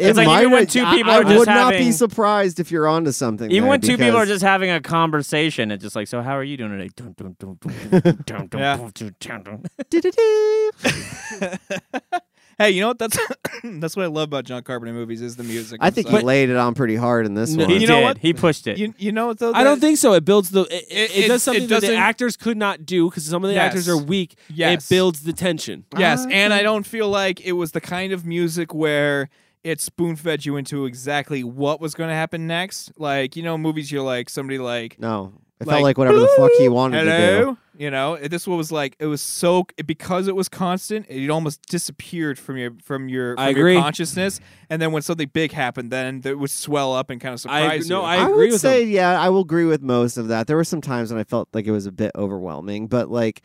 Speaker 5: In
Speaker 4: like
Speaker 5: my
Speaker 4: even when
Speaker 5: way-
Speaker 4: two
Speaker 5: I-
Speaker 4: people
Speaker 5: I,
Speaker 4: are just
Speaker 5: would not be
Speaker 4: having-
Speaker 5: surprised if you're onto something.
Speaker 4: Even
Speaker 5: there
Speaker 4: when two people are
Speaker 5: because-
Speaker 4: just having a conversation, it's just like, so how are you doing today? Dun, dun, dun, dun, dun, dun, dun,
Speaker 3: Yeah.
Speaker 4: dun, dun, dun, dun.
Speaker 3: hey, you know what? That's that's what I love about John Carpenter movies is the music.
Speaker 5: I
Speaker 3: and
Speaker 5: think
Speaker 3: stuff.
Speaker 5: he laid it on pretty hard in this
Speaker 1: No,
Speaker 5: one.
Speaker 4: He
Speaker 3: You know
Speaker 4: did.
Speaker 3: what?
Speaker 4: He pushed it.
Speaker 3: you you know what though?
Speaker 1: I don't
Speaker 3: That-
Speaker 1: think so. It builds the it, it,
Speaker 3: it-
Speaker 1: it
Speaker 3: it
Speaker 1: does something that the
Speaker 3: doesn't-
Speaker 1: actors could not do because some of the
Speaker 3: Yes.
Speaker 1: actors are weak.
Speaker 3: Yes.
Speaker 1: It builds the tension.
Speaker 3: Yes, and I don't feel like it was the kind of music where it spoon fed you into exactly what was going to happen next. Like you know, movies you're like somebody like
Speaker 5: No, it
Speaker 3: Like,
Speaker 5: felt like whatever the fuck he wanted to do.
Speaker 3: hello, you know. it- This one was like it was so it- because it was constant. It almost disappeared from your from your from
Speaker 1: I
Speaker 3: your
Speaker 1: agree.
Speaker 3: consciousness. And then when something big happened, then it would swell up and kind of
Speaker 1: I
Speaker 3: surprise
Speaker 1: no,
Speaker 3: you.
Speaker 1: I agree
Speaker 5: would
Speaker 1: with
Speaker 5: say,
Speaker 1: him.
Speaker 5: yeah, I will agree with most of that. There were some times when I felt like it was a bit overwhelming, but like,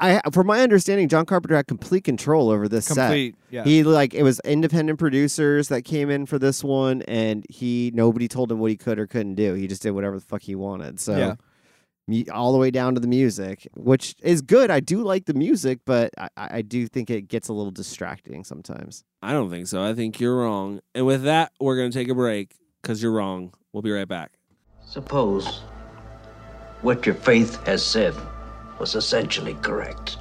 Speaker 5: I, from my understanding, John Carpenter had complete control over this
Speaker 3: complete.
Speaker 5: set.
Speaker 3: Yeah,
Speaker 5: He like it was independent producers that came in for this one, and he nobody told him what he could or couldn't do. He just did whatever the fuck he wanted. So,
Speaker 3: Yeah.
Speaker 5: mu- all the way down to the music, which is good. I do like the music, but I, I I do think it gets a little distracting sometimes.
Speaker 1: I don't think so. I think you're wrong. And with that, we're gonna take a break because you're wrong. We'll be right back.
Speaker 6: Suppose what your faith has said was essentially correct.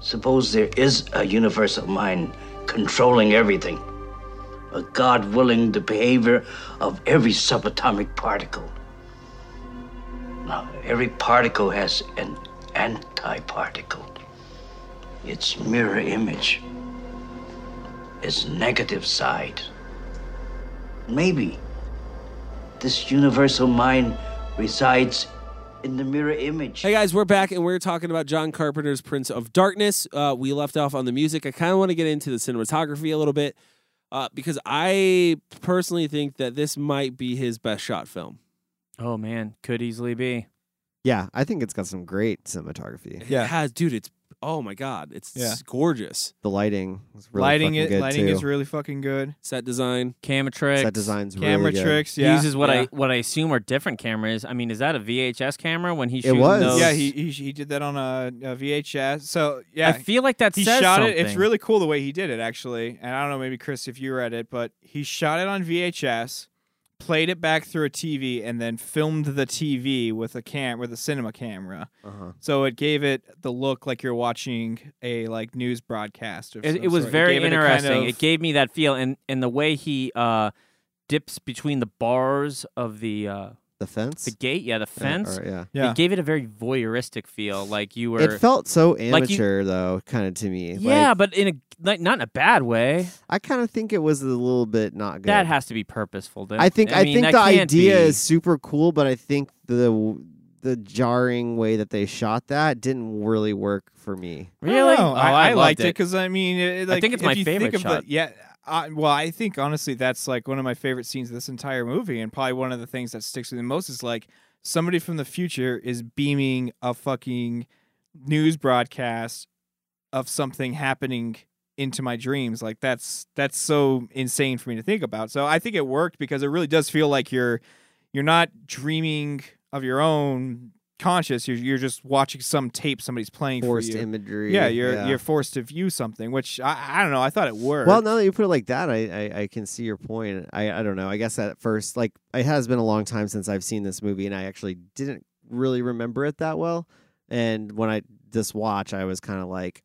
Speaker 6: Suppose there is a universal mind controlling everything, a God willing the behavior of every subatomic particle. Now, every particle has an antiparticle, its mirror image, its negative side. Maybe this universal mind resides in the mirror image.
Speaker 1: Hey guys, we're back and we're talking about John Carpenter's Prince of Darkness. Uh, we left off on the music. I kind of want to get into the cinematography a little bit uh, because I personally think that this might be his best shot film.
Speaker 4: oh man, could easily be.
Speaker 5: Yeah, I think it's got some great cinematography.
Speaker 3: Yeah.
Speaker 1: It has, dude. It's oh my god, it's
Speaker 3: Yeah.
Speaker 1: gorgeous.
Speaker 5: The lighting is really
Speaker 3: lighting
Speaker 5: fucking
Speaker 3: it
Speaker 5: good
Speaker 3: lighting
Speaker 5: too.
Speaker 3: is really fucking good.
Speaker 1: Set design.
Speaker 4: Camera tricks.
Speaker 5: Set design's really
Speaker 3: Camera
Speaker 5: good.
Speaker 3: tricks. Yeah,
Speaker 4: He uses what
Speaker 3: yeah.
Speaker 4: I what I assume are different cameras. I mean, is that a VHS camera when he's
Speaker 5: It
Speaker 4: shooting
Speaker 5: was.
Speaker 4: those?
Speaker 3: Yeah, he, he he did that on uh, a, a VHS. So yeah,
Speaker 4: I feel like that
Speaker 3: he
Speaker 4: says
Speaker 3: shot it. It's
Speaker 4: something.
Speaker 3: really cool the way he did it, actually. And I don't know, maybe Chris, if you were at it, but he shot it on VHS, played it back through a TV, and then filmed the TV with a cam with a cinema camera.
Speaker 5: Uh-huh.
Speaker 3: So it gave it the look like you're watching a like news broadcast. Of
Speaker 4: It,
Speaker 3: some
Speaker 4: it was
Speaker 3: sort.
Speaker 4: very
Speaker 3: gave it a kind
Speaker 4: interesting.
Speaker 3: of-
Speaker 4: It gave me that feel, and and the way he uh, dips between the bars of the uh,
Speaker 5: The fence.
Speaker 4: the gate, yeah, the
Speaker 5: Yeah,
Speaker 4: fence.
Speaker 5: or- yeah.
Speaker 3: yeah.
Speaker 4: It gave it a very voyeuristic feel, like you were.
Speaker 5: It felt so
Speaker 4: Like you-
Speaker 5: amateur though, kind of to me.
Speaker 4: yeah,
Speaker 5: Like,
Speaker 4: but in a like, not in a bad way.
Speaker 5: I kind of think it was a little bit not good.
Speaker 4: That has to be purposeful. Dude.
Speaker 5: I think I,
Speaker 4: mean,
Speaker 5: think
Speaker 4: that
Speaker 5: the
Speaker 4: can't
Speaker 5: idea
Speaker 4: be-
Speaker 5: is super cool, but I think the the jarring way that they shot that didn't really work for me.
Speaker 4: really.
Speaker 3: I, don't know.
Speaker 4: Oh,
Speaker 3: I, I
Speaker 4: loved
Speaker 3: liked
Speaker 4: it
Speaker 3: it because I mean, it, it, like,
Speaker 4: think it's
Speaker 3: if
Speaker 4: my
Speaker 3: you
Speaker 4: favorite
Speaker 3: think of the-
Speaker 4: shot.
Speaker 3: yeah, I, well, I think honestly that's like one of my favorite scenes of this entire movie, and probably one of the things that sticks with me the most is like somebody from the future is beaming a fucking news broadcast of something happening into my dreams. Like that's that's so insane for me to think about. So I think it worked because it really does feel like you're you're not dreaming of your own conscious. You're you're just watching some tape somebody's playing
Speaker 5: Forced
Speaker 3: for you.
Speaker 5: imagery.
Speaker 3: Yeah, you're you're forced to view something, which I, I don't know. I thought it worked.
Speaker 5: Well, now that you put it like that, I, I, I can see your point. I, I don't know. I guess at first, like, it has been a long time since I've seen this movie, and I actually didn't really remember it that well. And when I this watch, I was kind of like,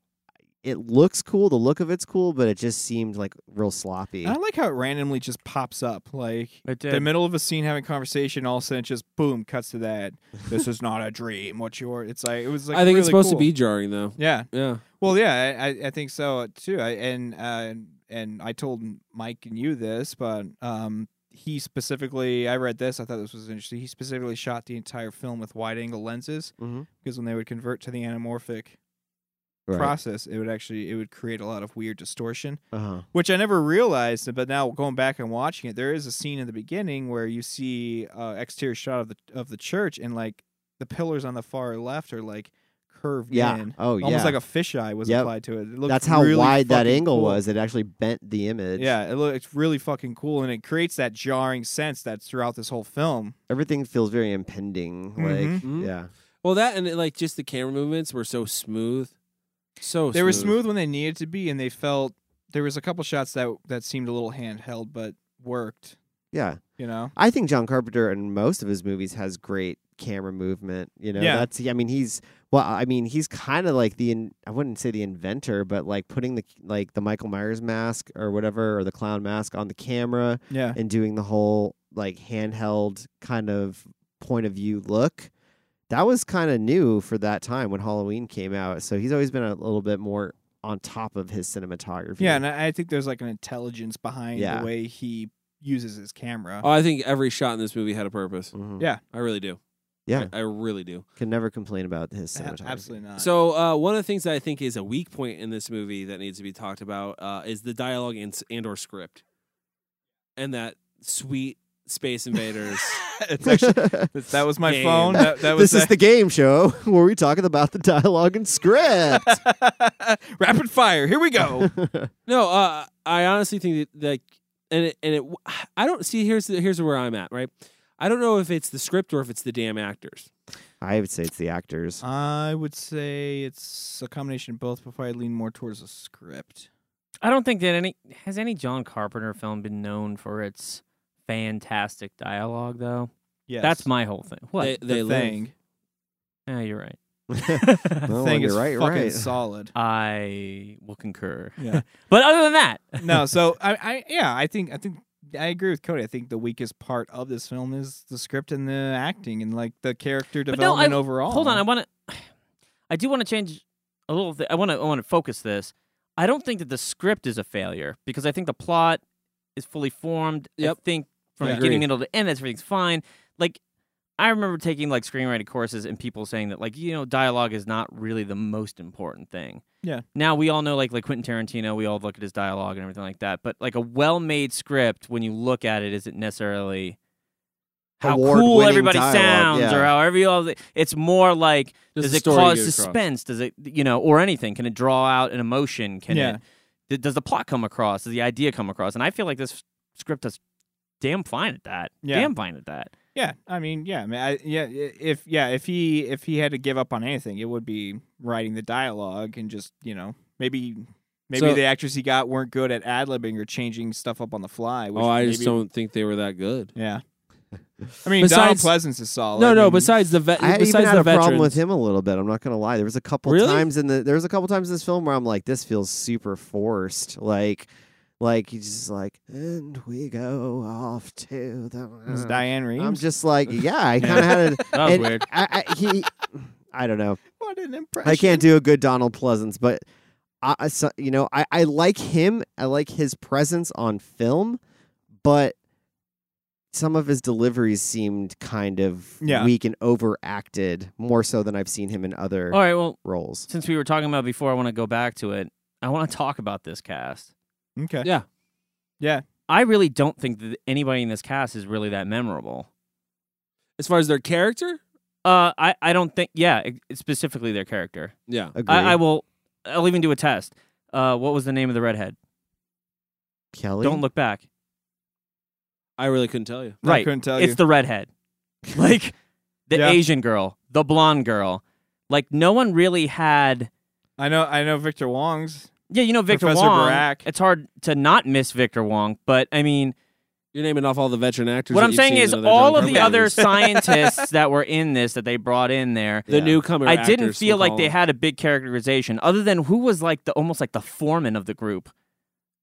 Speaker 5: it looks cool. The look of it's cool, but it just seemed like real sloppy.
Speaker 3: And I like how it randomly just pops up, like
Speaker 4: It
Speaker 3: the
Speaker 4: did.
Speaker 3: middle of a scene having conversation, all of a sudden it just boom cuts to that. this is not a dream. What's your? It's like it was like.
Speaker 1: I think it's
Speaker 3: really
Speaker 1: supposed
Speaker 3: cool.
Speaker 1: to be jarring though.
Speaker 3: Yeah.
Speaker 1: Yeah.
Speaker 3: Well, yeah, I, I- I think so too. I, and uh, and I told Mike and you this, but um, he specifically, I read this. I thought this was interesting. He specifically shot the entire film with wide angle lenses
Speaker 5: Mhm.
Speaker 3: because when they would convert to the anamorphic
Speaker 5: Right.
Speaker 3: process, it would actually it would create a lot of weird distortion,
Speaker 5: Uh-huh.
Speaker 3: which I never realized. But now going back and watching it, there is a scene in the beginning where you see uh, exterior shot of the of the church, and like the pillars on the far left are like curved
Speaker 5: Yeah.
Speaker 3: in.
Speaker 5: Oh, yeah.
Speaker 3: Almost like a fisheye was
Speaker 5: Yep.
Speaker 3: applied to it. it looked
Speaker 5: That's how
Speaker 3: really
Speaker 5: wide that
Speaker 3: fucking
Speaker 5: angle
Speaker 3: cool.
Speaker 5: was. It actually bent the image.
Speaker 3: Yeah, it looks really fucking cool, and it creates that jarring sense that's throughout this whole film.
Speaker 5: Everything feels very impending.
Speaker 3: Mhm.
Speaker 5: Like,
Speaker 1: Mhm.
Speaker 5: yeah.
Speaker 1: Well, that and it, like just the camera movements were so smooth. So
Speaker 3: They were smooth when they needed to be, and they felt there was a couple shots that that seemed a little handheld, but worked.
Speaker 5: Yeah.
Speaker 3: You know,
Speaker 5: I think John Carpenter in most of his movies has great camera movement. You know,
Speaker 3: Yeah.
Speaker 5: that's I mean he's well, I mean he's kind of like the in, I wouldn't say the inventor, but like putting the like the Michael Myers mask or whatever or the clown mask on the camera
Speaker 3: yeah,
Speaker 5: and doing the whole like handheld kind of point of view look. That was kind of new for that time when Halloween came out. So he's always been a little bit more on top of his cinematography.
Speaker 3: yeah, and I I think there's like an intelligence behind
Speaker 5: Yeah.
Speaker 3: the way he uses his camera.
Speaker 1: Oh, I think every shot in this movie had a purpose.
Speaker 5: Mhm.
Speaker 3: Yeah.
Speaker 1: I really do.
Speaker 5: Yeah.
Speaker 1: I, I really do.
Speaker 5: Can never complain about his
Speaker 3: A-
Speaker 5: cinematography.
Speaker 3: Absolutely not.
Speaker 1: So uh, one of the things that I think is a weak point in this movie that needs to be talked about uh, is the dialogue and, and or script, and that sweet Space Invaders.
Speaker 3: it's actually that was my
Speaker 1: Game.
Speaker 3: phone. That, that was
Speaker 5: this is the game show where we talking about the dialogue and script.
Speaker 3: rapid fire. Here we go.
Speaker 1: no, uh, I honestly think that like, and it, and it, I don't see here's the, here's where I'm at right. I don't know if it's the script or if it's the damn actors.
Speaker 5: I would say it's the actors.
Speaker 3: I would say it's a combination of both. Before I lean more towards the script.
Speaker 4: I don't think that any has any John Carpenter film been known for its fantastic dialogue though.
Speaker 3: Yes,
Speaker 4: That's my whole thing. What?
Speaker 1: They,
Speaker 3: the
Speaker 1: they live.
Speaker 3: thing.
Speaker 4: yeah, you're right.
Speaker 5: Well,
Speaker 3: thing
Speaker 5: Oh, you're
Speaker 3: is
Speaker 5: right,
Speaker 3: fucking
Speaker 5: right.
Speaker 3: solid.
Speaker 4: I will concur.
Speaker 3: Yeah.
Speaker 4: but other than that,
Speaker 3: no, so I, I, yeah, I think, I think, I agree with Cody. I think the weakest part of this film is the script and the acting and like the character
Speaker 4: But no, I-
Speaker 3: development overall.
Speaker 4: Hold on, I want to. I do want to change a little. Th- I want to. I want to focus this. I don't think that the script is a failure because I think the plot is fully formed.
Speaker 1: Yep.
Speaker 4: I think from
Speaker 1: Yeah.
Speaker 4: beginning,
Speaker 1: Agreed.
Speaker 4: middle to end, everything's fine. Like I remember taking like screenwriting courses and people saying that like you know dialogue is not really the most important thing.
Speaker 3: Yeah.
Speaker 4: Now we all know like like Quentin Tarantino, we all look at his dialogue and everything like that. But like a well-made script, when you look at it, isn't necessarily how cool
Speaker 5: Award-winning
Speaker 4: everybody
Speaker 5: dialogue,
Speaker 4: sounds
Speaker 5: yeah.
Speaker 4: or however you all it's more like
Speaker 1: Does
Speaker 4: does,
Speaker 1: the
Speaker 4: it
Speaker 1: story
Speaker 4: cause
Speaker 1: get across?
Speaker 4: suspense does it you know or anything can it draw out an emotion can
Speaker 3: Yeah.
Speaker 4: it th- does the plot come across does the idea come across and i feel like this script is damn fine at that
Speaker 3: Yeah.
Speaker 4: damn fine at that
Speaker 3: Yeah, I mean, yeah, I mean, I, yeah, i- if yeah, if he if he had to give up on anything, it would be writing the dialogue and just you know maybe maybe
Speaker 1: So-
Speaker 3: the actors he got weren't good at ad libbing or changing stuff up on the fly. Which
Speaker 1: Oh, I
Speaker 3: maybe,
Speaker 1: just don't think they were that good.
Speaker 3: Yeah, I mean, Donald
Speaker 1: Besides-
Speaker 3: Pleasance is solid.
Speaker 1: No,
Speaker 3: I
Speaker 1: no.
Speaker 3: mean, uh,
Speaker 1: Besides the vet,
Speaker 5: I had
Speaker 1: besides
Speaker 5: even had
Speaker 1: the
Speaker 5: a problem
Speaker 1: veterans.
Speaker 5: with him a little bit. I'm not gonna lie. There was a couple
Speaker 1: Really?
Speaker 5: times in the there was a couple times in this film where I'm like, this feels super forced. Like, like he's just like, and we go off to
Speaker 3: it's
Speaker 5: the.
Speaker 3: Diane Reeves.
Speaker 5: Mm. I'm just like, yeah. I kind of had a.
Speaker 4: that was
Speaker 5: and
Speaker 4: weird
Speaker 5: I, I, he, I don't know.
Speaker 3: what an impression!
Speaker 5: I can't do a good Donald Pleasance, but I, I so- you know, I, I like him. I like his presence on film, but some of his deliveries seemed kind of
Speaker 3: Yeah.
Speaker 5: weak and overacted, more so than I've seen him in other
Speaker 4: all right well
Speaker 5: roles.
Speaker 4: since we were talking about it before i want to go back to it i want to talk about this cast
Speaker 3: Okay.
Speaker 1: Yeah.
Speaker 3: Yeah.
Speaker 4: i really don't think that anybody in this cast is really that memorable
Speaker 1: as far as their character.
Speaker 4: uh i i don't think yeah e- specifically their character
Speaker 1: Yeah,
Speaker 5: Agree.
Speaker 4: I, I will. I'll even do a test. Uh, what was the name of the redhead?
Speaker 5: Kelly,
Speaker 4: Don't look back.
Speaker 1: I really couldn't tell you.
Speaker 3: No, I
Speaker 4: right,
Speaker 3: couldn't tell
Speaker 4: it's
Speaker 3: you.
Speaker 4: the redhead, like the
Speaker 3: Yeah.
Speaker 4: Asian girl, the blonde girl. Like no one really had.
Speaker 3: I know. I know Victor Wong's.
Speaker 4: Yeah, you know Victor
Speaker 3: Professor
Speaker 4: Wong.
Speaker 3: Barak.
Speaker 4: It's hard to not miss Victor Wong, but I mean,
Speaker 1: You're naming off all the veteran actors.
Speaker 4: what
Speaker 1: that
Speaker 4: I'm
Speaker 1: you've
Speaker 4: saying
Speaker 1: seen
Speaker 4: is
Speaker 1: in other
Speaker 4: all
Speaker 1: John
Speaker 4: of the
Speaker 1: Carpenter
Speaker 4: other
Speaker 1: movies.
Speaker 4: scientists that were in this that they brought in there.
Speaker 1: the newcomer.
Speaker 4: I didn't
Speaker 1: actors,
Speaker 4: feel
Speaker 1: we'll
Speaker 4: like
Speaker 1: call
Speaker 4: they
Speaker 1: them.
Speaker 4: had a big characterization, other than who was like the almost like the foreman of the group.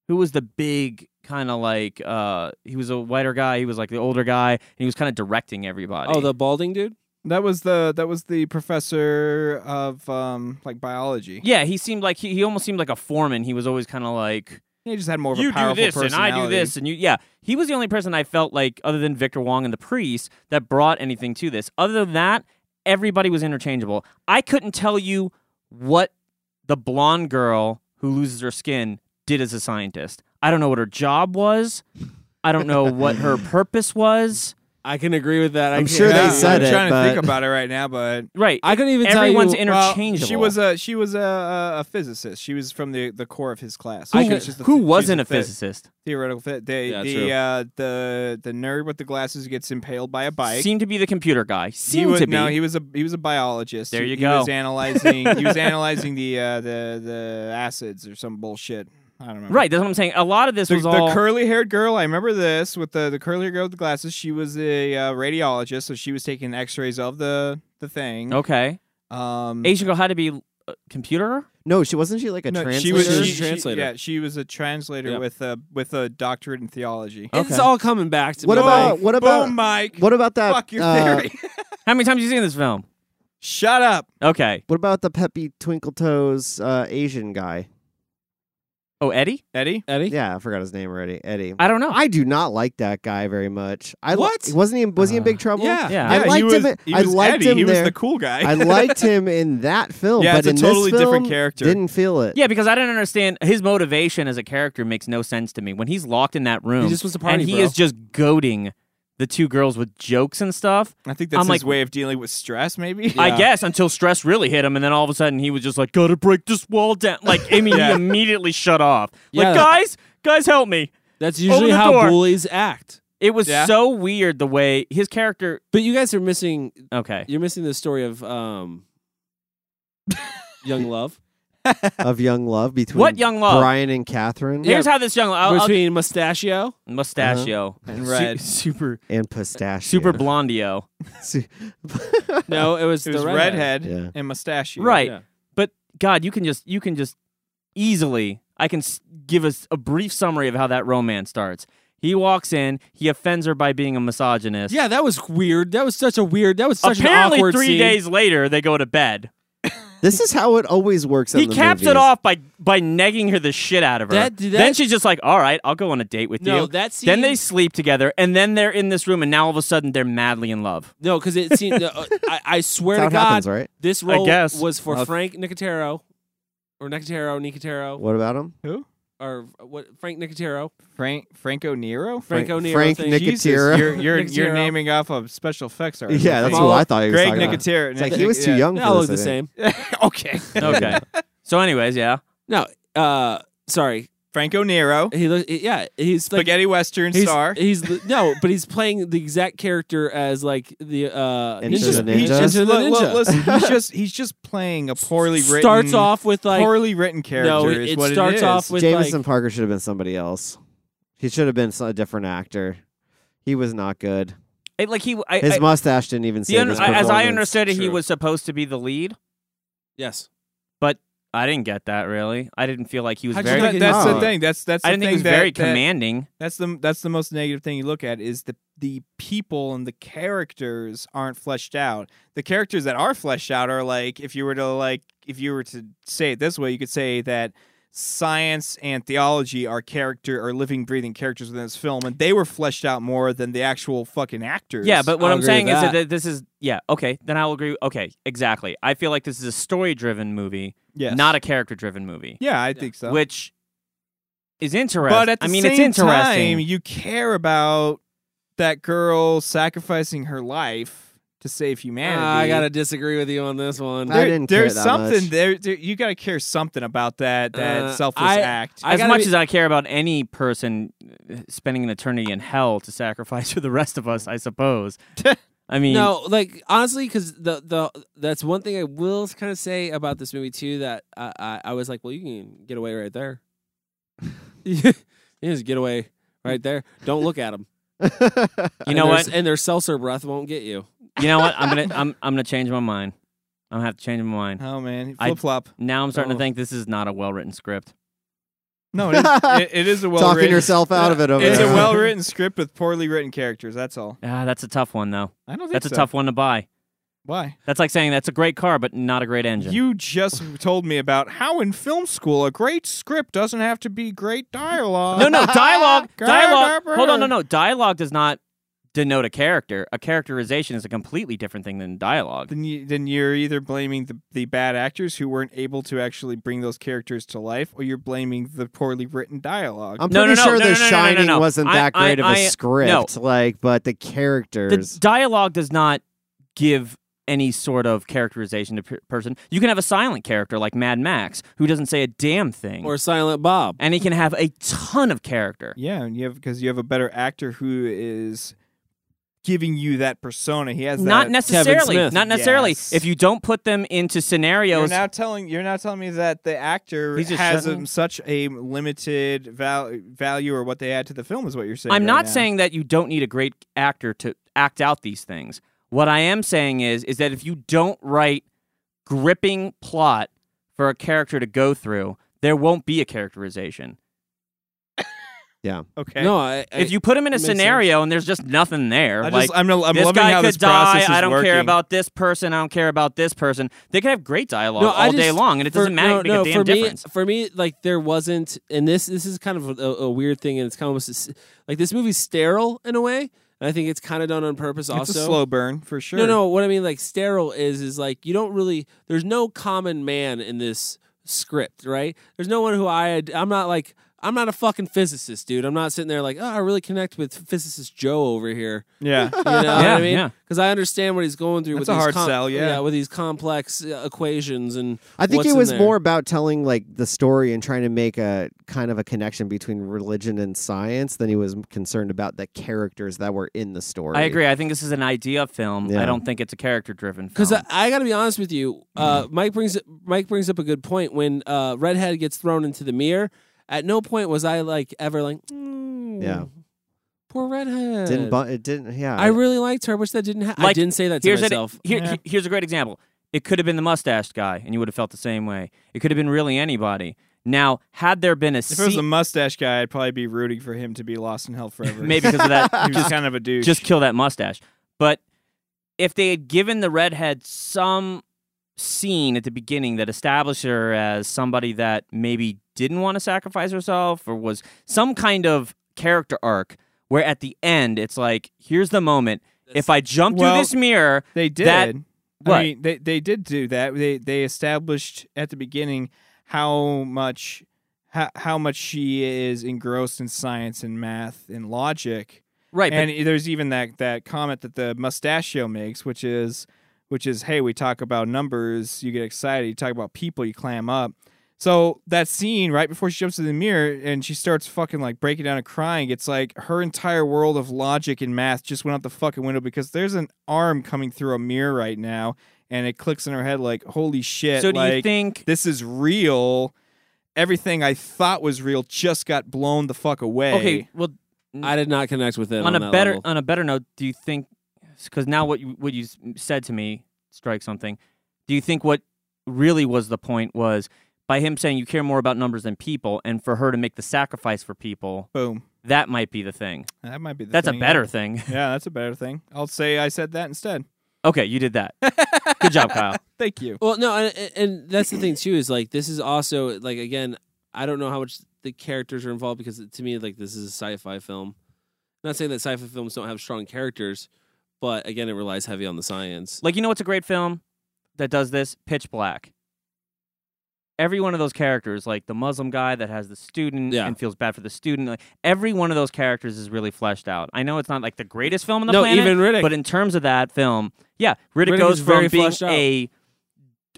Speaker 4: Who was the big kind of like uh he was a whiter guy, he was like the older guy, and he was kind of directing everybody.
Speaker 1: Oh, the balding dude.
Speaker 3: That was the that was the professor of um like biology.
Speaker 4: yeah, he seemed like he, he almost seemed like a foreman. He was always kind of like
Speaker 3: He just had more of
Speaker 4: you
Speaker 3: a
Speaker 4: do
Speaker 3: powerful
Speaker 4: this and I do
Speaker 3: personality.
Speaker 4: this and you yeah. He was the only person I felt like other than Victor Wong and the priest that brought anything to this. Other than that, everybody was interchangeable. I couldn't tell you what the blonde girl who loses her skin did as a scientist. I don't know what her job was. I don't know what her purpose was.
Speaker 1: I can agree with that. I
Speaker 5: I'm
Speaker 1: can't-
Speaker 5: sure they
Speaker 3: Yeah,
Speaker 5: said
Speaker 3: I'm
Speaker 5: it,
Speaker 3: trying to think
Speaker 5: but-
Speaker 3: about it right now, but
Speaker 4: Right.
Speaker 1: I couldn't even tell you.
Speaker 4: Everyone's
Speaker 3: Well,
Speaker 4: interchangeable.
Speaker 3: she was a she was a, a, a physicist. She was from the, the core of his class.
Speaker 1: Who-
Speaker 3: She was just the-
Speaker 4: Who
Speaker 3: she's
Speaker 4: wasn't a
Speaker 3: the-
Speaker 4: physicist?
Speaker 3: Theoretical fit. They,
Speaker 1: Yeah, true.
Speaker 3: the uh, the the nerd with the glasses who gets impaled by a bike.
Speaker 4: Seemed to be the computer guy.
Speaker 3: he
Speaker 4: Seemed
Speaker 3: wa-
Speaker 4: to be.
Speaker 3: No, he was a he was a biologist.
Speaker 4: There
Speaker 3: He-
Speaker 4: you
Speaker 3: he was
Speaker 4: go.
Speaker 3: analyzing. he was analyzing the uh, the the acids or some bullshit. I don't remember.
Speaker 4: right. That's what I'm saying. A lot of this
Speaker 3: The,
Speaker 4: was all.
Speaker 3: curly haired girl, I remember this with the, the curly haired girl with the glasses. She was a uh, radiologist, so she was taking x rays of the, the thing.
Speaker 4: okay.
Speaker 3: Um,
Speaker 4: Asian girl had to be a computer.
Speaker 5: No, she wasn't she like a
Speaker 3: no,
Speaker 5: translator?
Speaker 3: she was
Speaker 1: She
Speaker 3: she,
Speaker 1: was a translator.
Speaker 3: yeah, she was a translator
Speaker 1: Yeah.
Speaker 3: with a with a doctorate in theology.
Speaker 4: Oh,
Speaker 1: It's all coming back to
Speaker 5: What
Speaker 1: me.
Speaker 5: about-
Speaker 1: like,
Speaker 5: what about-
Speaker 3: Boom, Mike?
Speaker 5: what about that?
Speaker 3: Fuck your
Speaker 5: uh,
Speaker 3: theory.
Speaker 4: How many times have you seen this film?
Speaker 3: Shut up.
Speaker 4: Okay.
Speaker 5: What about the peppy twinkle toes uh, Asian guy?
Speaker 4: Oh, Eddie.
Speaker 3: Eddie?
Speaker 1: Eddie?
Speaker 5: Yeah, I forgot his name already. Eddie.
Speaker 4: I don't know.
Speaker 5: I do not like that guy very much. I li-
Speaker 1: What?
Speaker 5: wasn't he? Was he
Speaker 4: Uh,
Speaker 5: in Big Trouble?
Speaker 1: yeah.
Speaker 4: yeah.
Speaker 5: I
Speaker 3: he
Speaker 5: liked
Speaker 3: was,
Speaker 5: him in-
Speaker 3: He
Speaker 5: I
Speaker 3: was
Speaker 5: liked
Speaker 3: Eddie.
Speaker 5: him
Speaker 3: He was
Speaker 5: there.
Speaker 3: the cool guy.
Speaker 5: I liked him in that film.
Speaker 3: Yeah,
Speaker 5: but
Speaker 3: it's a
Speaker 5: in
Speaker 3: totally
Speaker 5: this film,
Speaker 3: different character.
Speaker 5: Didn't feel it.
Speaker 4: Yeah, because I didn't understand his motivation as a character makes no sense to me. When he's locked in that room,
Speaker 1: He just wants to party,
Speaker 4: and he
Speaker 1: bro.
Speaker 4: is just goading the two girls with jokes and stuff.
Speaker 3: I think that's
Speaker 4: I'm
Speaker 3: his
Speaker 4: like-
Speaker 3: way of dealing with stress, maybe.
Speaker 4: I guess until stress really hit him, and then all of a sudden he was just like, "Gotta break this wall down." Like, I mean, he immediately shut off.
Speaker 1: Yeah.
Speaker 4: Like, guys, guys, help me!
Speaker 1: That's usually
Speaker 4: the
Speaker 1: how
Speaker 4: door.
Speaker 1: bullies act.
Speaker 4: It was
Speaker 3: Yeah.
Speaker 4: so weird the way his character.
Speaker 1: But you guys are missing.
Speaker 4: Okay,
Speaker 1: You're missing the story of um, young love
Speaker 5: Of young love between
Speaker 4: What young love?
Speaker 5: Brian and Catherine
Speaker 4: here's how this young I'll, I'll-
Speaker 1: between mustachio. Uh-huh.
Speaker 4: mustachio
Speaker 3: And red.
Speaker 4: Su- super
Speaker 5: and Pistachio.
Speaker 4: super blondio.
Speaker 5: Su-
Speaker 1: No, it was
Speaker 3: It
Speaker 1: the
Speaker 3: was redhead,
Speaker 5: Yeah.
Speaker 3: and mustachio.
Speaker 4: Right.
Speaker 1: Yeah.
Speaker 4: But God, you can just you can just easily I can s- give us a brief summary of how that romance starts. He walks in, he offends her by being a misogynist.
Speaker 1: Yeah, that was weird. That was such a weird. That was such
Speaker 4: Apparently,
Speaker 1: an awkward
Speaker 4: three
Speaker 1: scene.
Speaker 4: days later, they go to bed.
Speaker 5: This is how it always works. in
Speaker 4: he
Speaker 5: the
Speaker 4: caps
Speaker 5: movies.
Speaker 4: it off by by negging her the shit out of her.
Speaker 1: That- that-
Speaker 4: then she's just like, "All right, I'll go on a date with
Speaker 1: No,
Speaker 4: you."
Speaker 1: that
Speaker 4: Then they
Speaker 1: scene-
Speaker 4: sleep together, and then they're in this room, and now all of a sudden they're madly in love.
Speaker 1: No, because it seemed. uh, I, I swear
Speaker 5: That's
Speaker 1: to
Speaker 5: how
Speaker 1: God,
Speaker 5: it happens, right?
Speaker 1: this role
Speaker 4: guess.
Speaker 1: was for
Speaker 5: Uh,
Speaker 1: Frank Nicotero, or Nicotero, Nicotero,
Speaker 5: What about him?
Speaker 3: Who?
Speaker 1: or what? Frank Nicotero,
Speaker 3: Frank Franco Nero?
Speaker 1: Frank, O'Neill.
Speaker 5: Frank
Speaker 1: thing.
Speaker 5: Nic-
Speaker 3: Jesus,
Speaker 5: Nicotero.
Speaker 3: you're you're, you're
Speaker 1: Nicotero.
Speaker 3: naming off of special effects artist.
Speaker 5: Yeah, that's
Speaker 1: Follow-
Speaker 5: who I thought he was
Speaker 3: Greg
Speaker 5: talking about.
Speaker 3: Nicotero.
Speaker 5: It's like he was too young
Speaker 1: They
Speaker 5: for
Speaker 1: all
Speaker 5: this.
Speaker 1: look the
Speaker 5: I think.
Speaker 1: same.
Speaker 3: okay.
Speaker 4: Okay. so, anyways, yeah.
Speaker 1: No, uh, sorry.
Speaker 3: Franco Nero,
Speaker 1: He look. Yeah, he's like
Speaker 3: spaghetti western
Speaker 1: he's,
Speaker 3: star.
Speaker 1: He's li- no, but he's playing the exact character as like the uh,
Speaker 5: Into
Speaker 1: he's
Speaker 5: the
Speaker 1: just,
Speaker 5: Ninja.
Speaker 1: He's
Speaker 5: Ninja.
Speaker 1: just
Speaker 3: Look,
Speaker 1: the
Speaker 3: look,
Speaker 1: ninja.
Speaker 3: listen, he's just he's just playing a poorly written
Speaker 1: starts off with like
Speaker 3: poorly written character
Speaker 1: no, it,
Speaker 3: is
Speaker 1: it
Speaker 3: what
Speaker 1: starts
Speaker 3: it is.
Speaker 1: off with
Speaker 5: Jameson
Speaker 1: like
Speaker 5: Parker should have been somebody else. He should have been so- a different actor. He was not good.
Speaker 4: It- like he, I,
Speaker 5: His
Speaker 4: I-
Speaker 5: mustache didn't even
Speaker 4: the
Speaker 5: save
Speaker 4: un-
Speaker 5: his
Speaker 4: I- as I
Speaker 5: performance.
Speaker 4: understood it, he
Speaker 1: True.
Speaker 4: was supposed to be the lead.
Speaker 1: yes.
Speaker 4: I didn't get that really. I didn't feel like he was
Speaker 1: How'd you
Speaker 4: very.
Speaker 1: not
Speaker 3: That-
Speaker 1: get
Speaker 3: that's
Speaker 5: Oh.
Speaker 3: the thing. That's that's
Speaker 4: I
Speaker 3: the
Speaker 4: didn't think he
Speaker 3: thing
Speaker 4: was very
Speaker 3: that- that-
Speaker 4: commanding.
Speaker 3: That's the that's the most negative thing you look at is the the people and the characters aren't fleshed out. The characters that are fleshed out are like if you were to like if you were to say it this way, you could say that science and theology are character are living breathing characters within this film and they were fleshed out more than the actual fucking actors.
Speaker 4: Yeah, but what
Speaker 1: I'll
Speaker 4: I'm
Speaker 1: agree
Speaker 4: saying
Speaker 1: with
Speaker 4: is
Speaker 1: that.
Speaker 4: that th- this is yeah okay. Then I'll agree. Okay, exactly. I feel like this is a story-driven movie,
Speaker 3: Yes.
Speaker 4: not a character-driven movie,
Speaker 3: Yeah, I think so.
Speaker 4: which is interesting.
Speaker 3: but at the
Speaker 4: I mean,
Speaker 3: same
Speaker 4: it's interesting.
Speaker 3: time, you care about that girl sacrificing her life to save
Speaker 4: Uh,
Speaker 3: humanity.
Speaker 1: I gotta disagree with you on this one.
Speaker 5: I
Speaker 3: There-
Speaker 5: didn't care
Speaker 3: there's
Speaker 5: that
Speaker 3: something
Speaker 5: much.
Speaker 3: there, there- You gotta care something about that that
Speaker 1: Uh,
Speaker 3: selfless
Speaker 1: I-
Speaker 3: act.
Speaker 1: I
Speaker 4: as
Speaker 1: gotta
Speaker 4: much
Speaker 1: be-
Speaker 4: as I care about any person uh, spending an eternity in hell to sacrifice for the rest of us, I suppose. I mean,
Speaker 1: No, like honestly, because the the that's one thing I will kind of say about this movie too. That I, I I was like, well, you can get away right there. you just get away right there. Don't look at them.
Speaker 4: you know what?
Speaker 1: And their seltzer breath won't get you.
Speaker 4: You know what? I'm gonna I'm I'm gonna change my mind. I'm gonna have to change my mind.
Speaker 3: oh man,
Speaker 4: I-
Speaker 3: flip flop.
Speaker 4: Now I'm starting
Speaker 1: Oh.
Speaker 4: to think this is not a well-written script.
Speaker 3: No, it is, it, it is a well
Speaker 5: Talking
Speaker 3: written.
Speaker 5: yourself out of it over
Speaker 3: It's a
Speaker 5: there.
Speaker 3: well written script with poorly written characters. That's all.
Speaker 4: Ah, that's a tough one though.
Speaker 3: I don't think
Speaker 4: That's a
Speaker 3: so.
Speaker 4: tough one to buy.
Speaker 3: Why?
Speaker 4: That's like saying that's a great car, but not a great engine.
Speaker 3: You just told me about how in film school a great script doesn't have to be great dialogue.
Speaker 4: no, no dialogue,
Speaker 3: Grr,
Speaker 4: dialogue.
Speaker 3: grr, grr.
Speaker 4: Hold on, no, no dialogue does not denote a character. A characterization is a completely different thing than dialogue.
Speaker 3: Then, you, then you're either blaming the, the bad actors who weren't able to actually bring those characters to life, or you're blaming the poorly written dialogue.
Speaker 5: I'm
Speaker 4: No,
Speaker 5: pretty
Speaker 4: no, no, no,
Speaker 5: sure The
Speaker 4: no, no, no, no,
Speaker 5: Shining
Speaker 4: no.
Speaker 5: wasn't
Speaker 4: I-
Speaker 5: that
Speaker 4: I-
Speaker 5: great of
Speaker 4: I-
Speaker 5: a
Speaker 4: no.
Speaker 5: script, like, but the
Speaker 4: the
Speaker 5: characters.
Speaker 4: dialogue does not give any sort of characterization to per- person. You can have a silent character like Mad Max who doesn't say a damn thing,
Speaker 1: or Silent Bob.
Speaker 4: and he can have a ton of character.
Speaker 3: yeah, and you have because you have a better actor who is giving you that persona. He has
Speaker 4: Not
Speaker 3: that-
Speaker 4: necessarily.
Speaker 1: Smith.
Speaker 4: Not necessarily.
Speaker 3: Yes.
Speaker 4: If you don't put them into
Speaker 3: You're
Speaker 4: scenarios,
Speaker 3: now telling you're now telling me that the actor
Speaker 4: He's just
Speaker 3: has
Speaker 4: shutting-
Speaker 3: um, such a limited val- value or what they add to the film is what you're saying.
Speaker 4: I'm
Speaker 3: right
Speaker 4: not
Speaker 3: now.
Speaker 4: saying that you don't need a great actor to act out these things. What I am saying is is that if you don't write gripping plot for a character to go through, there won't be a characterization.
Speaker 3: okay.
Speaker 1: No, I, I,
Speaker 4: if you put him in a
Speaker 1: makes sense.
Speaker 4: scenario and there's just nothing there,
Speaker 3: I
Speaker 4: like
Speaker 3: just, I'm, I'm
Speaker 4: this
Speaker 3: loving
Speaker 4: guy
Speaker 3: how
Speaker 4: could
Speaker 3: this process
Speaker 4: die.
Speaker 3: is
Speaker 4: I don't care
Speaker 3: working.
Speaker 4: about this person. I don't care about this person. They could have great dialogue
Speaker 1: No,
Speaker 4: all
Speaker 1: I
Speaker 4: day
Speaker 1: just-
Speaker 4: long, and it
Speaker 1: for-
Speaker 4: doesn't matter.
Speaker 1: no,
Speaker 4: It'd make
Speaker 1: no,
Speaker 4: a damn
Speaker 1: for
Speaker 4: difference.
Speaker 1: Me, for me, like there wasn't, and this this is kind of a, a weird thing, and it's kind of almost s- like this movie's sterile in a way, and I think it's kind of done on purpose.
Speaker 3: It's
Speaker 1: also,
Speaker 3: a slow burn for sure.
Speaker 1: No, no. What I mean, like sterile is, is like you don't really. There's no common man in this script, right? There's no one who I. I'm not like. I'm not a fucking physicist, dude. I'm not sitting there like, oh, I really connect with physicist Joe over here.
Speaker 3: Yeah.
Speaker 1: You know what
Speaker 4: Yeah,
Speaker 1: I mean?
Speaker 4: yeah.
Speaker 1: Because I understand what he's going through
Speaker 3: That's
Speaker 1: with
Speaker 3: a
Speaker 1: these
Speaker 3: hard
Speaker 1: com-
Speaker 3: sell, yeah.
Speaker 1: with these complex uh, equations and.
Speaker 5: I think
Speaker 1: what's
Speaker 5: it
Speaker 1: in
Speaker 5: was
Speaker 1: there.
Speaker 5: more about telling like the story and trying to make a kind of a connection between religion and science than he was concerned about the characters that were in the story.
Speaker 4: I agree. I think this is an idea film. I
Speaker 5: Yeah.
Speaker 4: don't think it's a character-driven film.
Speaker 1: Because I, I got to be honest with you,
Speaker 3: Mm-hmm.
Speaker 1: uh, Mike brings Mike brings up a good point. When uh, redhead gets thrown into the mirror, at no point was I like ever like, "Mm,
Speaker 5: Yeah.
Speaker 1: poor redhead.
Speaker 5: Didn't bu- it didn't yeah.
Speaker 1: I really liked her. Wish that didn't. Ha- I
Speaker 4: Like,
Speaker 1: didn't say that to
Speaker 4: here's an- e-
Speaker 1: myself.
Speaker 4: here- he- here's a great example. It could have been the mustached guy, and you would have felt the same way. It could have been really anybody. Now, had there been a
Speaker 3: If it was
Speaker 4: se-
Speaker 3: a mustache guy, I'd probably be rooting for him to be lost in hell forever.
Speaker 4: maybe because of that,
Speaker 3: he was
Speaker 4: just,
Speaker 3: kind of a douche.
Speaker 4: just kill that mustache. But if they had given the redhead some scene at the beginning that established her as somebody that maybe didn't want to sacrifice herself or was some kind of character arc, where at the end it's like, here's the moment. If I jump
Speaker 3: Well,
Speaker 4: through this mirror,
Speaker 3: they did.
Speaker 4: that-
Speaker 3: I
Speaker 4: what?
Speaker 3: mean, they they did do that. They they established at the beginning how much how, how much she is engrossed in science and math and logic.
Speaker 4: right? but
Speaker 3: and there's even that that comment that the mustachio makes, which is which is, hey, we talk about numbers, you get excited, you talk about people, you clam up. So that scene right before she jumps in the mirror and she starts fucking like breaking down and crying, it's like her entire world of logic and math just went out the fucking window because there's an arm coming through a mirror right now and it clicks in her head like, holy shit.
Speaker 4: so do
Speaker 3: like,
Speaker 4: you think
Speaker 3: this is real? Everything I thought was real just got blown the fuck away.
Speaker 4: Okay, well,
Speaker 1: I did not connect with him
Speaker 4: e- on, a
Speaker 1: that
Speaker 4: better
Speaker 1: level.
Speaker 4: on a better note, do you think? Because now what you what you s- said to me strikes something. Do you think what really was the point was by him saying you care more about numbers than people, and for her to make the sacrifice for people,
Speaker 3: Boom.
Speaker 4: that might be the thing.
Speaker 3: That might be the
Speaker 4: That's
Speaker 3: thing,
Speaker 4: a
Speaker 3: yeah.
Speaker 4: better thing.
Speaker 3: Yeah, that's a better thing. I'll say I said that instead.
Speaker 4: Okay, you did that. Good job, Kyle.
Speaker 3: Thank you.
Speaker 1: Well, no, and, and that's the thing too is like this is also like again, I don't know how much the characters are involved because to me like this is a sci-fi film. not saying that sci-fi films don't have strong characters, but again, it relies heavy on the science.
Speaker 4: Like you know what's a great film that does this? Pitch Black. Every one of those characters, like the Muslim guy that has the student
Speaker 1: Yeah.
Speaker 4: and feels bad for the student, like every one of those characters is really fleshed out. I know it's not like the greatest film on the
Speaker 1: No,
Speaker 4: planet,
Speaker 1: even Riddick.
Speaker 4: but in terms of that film, yeah, Riddick,
Speaker 1: Riddick
Speaker 4: goes
Speaker 1: is
Speaker 4: from
Speaker 1: very
Speaker 4: being
Speaker 1: fleshed out.
Speaker 4: a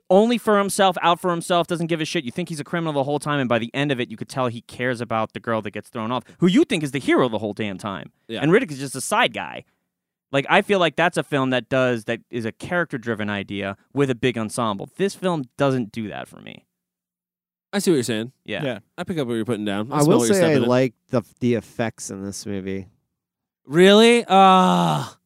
Speaker 4: only for himself, out for himself, doesn't give a shit. You think he's a criminal the whole time, and by the end of it, you could tell he cares about the girl that gets thrown off, who you think is the hero the whole damn time,
Speaker 1: Yeah.
Speaker 4: and Riddick is just a side guy. Like I feel like that's a film that does that is a character driven idea with a big ensemble. This film doesn't do that for me.
Speaker 1: I see what you're saying.
Speaker 4: Yeah.
Speaker 3: Yeah.
Speaker 1: I pick up what you're putting down. I,
Speaker 5: I
Speaker 1: smell
Speaker 5: will
Speaker 1: what you're
Speaker 5: say I
Speaker 1: stepping in.
Speaker 5: like the the effects in this movie.
Speaker 1: Really? Ah.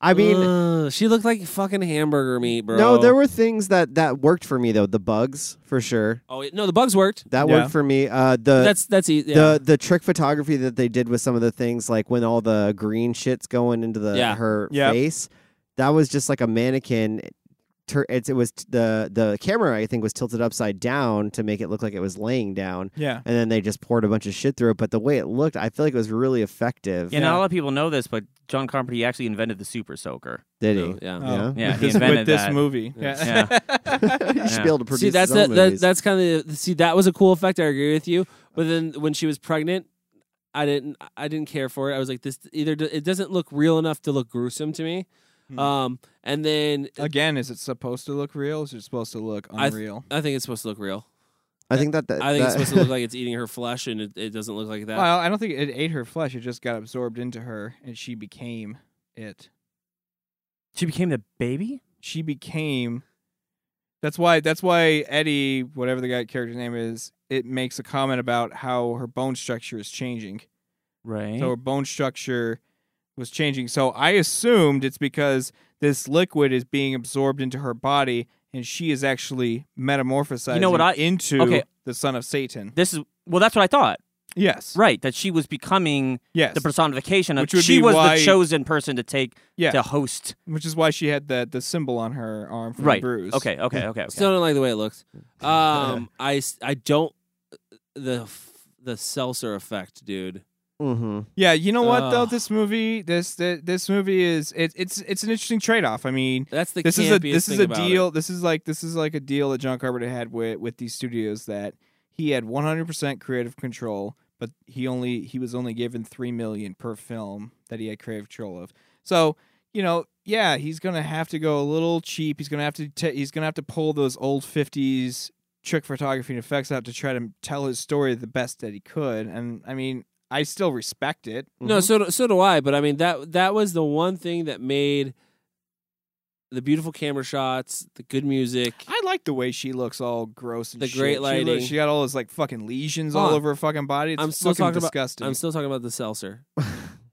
Speaker 5: I mean,
Speaker 4: Mm,
Speaker 1: Ugh, she looked like fucking hamburger meat, bro.
Speaker 5: no, there were things that that worked for me though. The bugs for sure.
Speaker 1: Oh it- no, the bugs worked.
Speaker 5: That
Speaker 3: Yeah.
Speaker 5: worked for me. Uh, the
Speaker 1: that's that's easy. Yeah.
Speaker 5: the the trick photography that they did with some of the things like when all the green shit's going into the
Speaker 1: Yeah.
Speaker 5: her
Speaker 3: Yep.
Speaker 5: face that was just like a mannequin tur- it's, it was t- the the camera I think was tilted upside down to make it look like it was laying down,
Speaker 3: Yeah.
Speaker 5: and then they just poured a bunch of shit through it. But the way it looked, I feel like it was really effective.
Speaker 4: Yeah, not a lot of people know this, but John Carpenter he actually invented the super soaker.
Speaker 5: Did
Speaker 1: Oh,
Speaker 5: he?
Speaker 1: yeah.
Speaker 5: Yeah.
Speaker 4: Yeah, he
Speaker 3: This-
Speaker 4: invented
Speaker 3: with this
Speaker 4: that.
Speaker 3: movie. Yeah.
Speaker 5: he should
Speaker 4: Yeah.
Speaker 5: be able to produce.
Speaker 1: See, that's
Speaker 5: his own
Speaker 1: that, that,
Speaker 5: movies.
Speaker 1: that's kind of see that was a cool effect. I agree with you. But then when she was pregnant, I didn't I didn't care for it. I was like, this either do- it doesn't look real enough to look gruesome to me.
Speaker 3: Hmm.
Speaker 1: Um, and then
Speaker 3: Again, is it supposed to look real? Is it supposed to look
Speaker 1: I th-
Speaker 3: unreal?
Speaker 1: I think it's supposed to look real.
Speaker 5: I think that, that
Speaker 1: I think it's
Speaker 5: Uh, that-
Speaker 1: supposed to look like it's eating her flesh, and it, it doesn't look like that.
Speaker 3: well, I don't think it ate her flesh. It just got absorbed into her, and she became it.
Speaker 4: She became the baby.
Speaker 3: She became. That's why. That's why Eddie, whatever the guy character's name is, it makes a comment about how her bone structure is changing.
Speaker 4: Right.
Speaker 3: So her bone structure was changing. So I assumed it's because this liquid is being absorbed into her body and she is actually metamorphosizing
Speaker 4: what I-
Speaker 3: into
Speaker 4: okay.
Speaker 3: the son of Satan.
Speaker 4: this is well, that's what I thought.
Speaker 3: Yes.
Speaker 4: Right, that she was becoming
Speaker 3: Yes.
Speaker 4: the personification of.
Speaker 3: Which would
Speaker 4: She
Speaker 3: be
Speaker 4: was
Speaker 3: why-
Speaker 4: the chosen person to take
Speaker 3: Yeah.
Speaker 4: to host.
Speaker 3: Which is why she had the, the symbol on her arm for
Speaker 4: Right.
Speaker 3: the bruise.
Speaker 4: Okay. Okay. Okay. okay.
Speaker 1: Still don't like the way it looks. Um, I s- I don't uh, the f- the seltzer effect, dude.
Speaker 5: Mhm.
Speaker 3: Yeah, you know what though?
Speaker 1: Ugh.
Speaker 3: This movie this this, this movie is it, it's it's an interesting trade off. I mean
Speaker 1: That's the
Speaker 3: this is a
Speaker 1: campiest
Speaker 3: this
Speaker 1: thing
Speaker 3: is a
Speaker 1: about it.
Speaker 3: deal. This is like this is like a deal that John Carpenter had with with these studios that he had 100% creative control, but he only he was only given three million per film that he had creative control of. So you know, yeah, he's gonna have to go a little cheap. He's gonna have to t- he's gonna have to pull those old 50s trick photography and effects out to try to tell his story the best that he could. And I mean, I still respect it.
Speaker 1: No, so do, so do I. But I mean that that was the one thing that made the beautiful camera shots, the good music.
Speaker 3: I like the way she looks all gross and
Speaker 1: The
Speaker 3: shit.
Speaker 1: great
Speaker 3: She
Speaker 1: lighting.
Speaker 3: looks- She, got all those like fucking lesions all
Speaker 1: Oh,
Speaker 3: over her fucking body. It's
Speaker 1: I'm still
Speaker 3: fucking
Speaker 1: talking about-
Speaker 3: disgusting.
Speaker 1: I'm uh, still talking about the seltzer.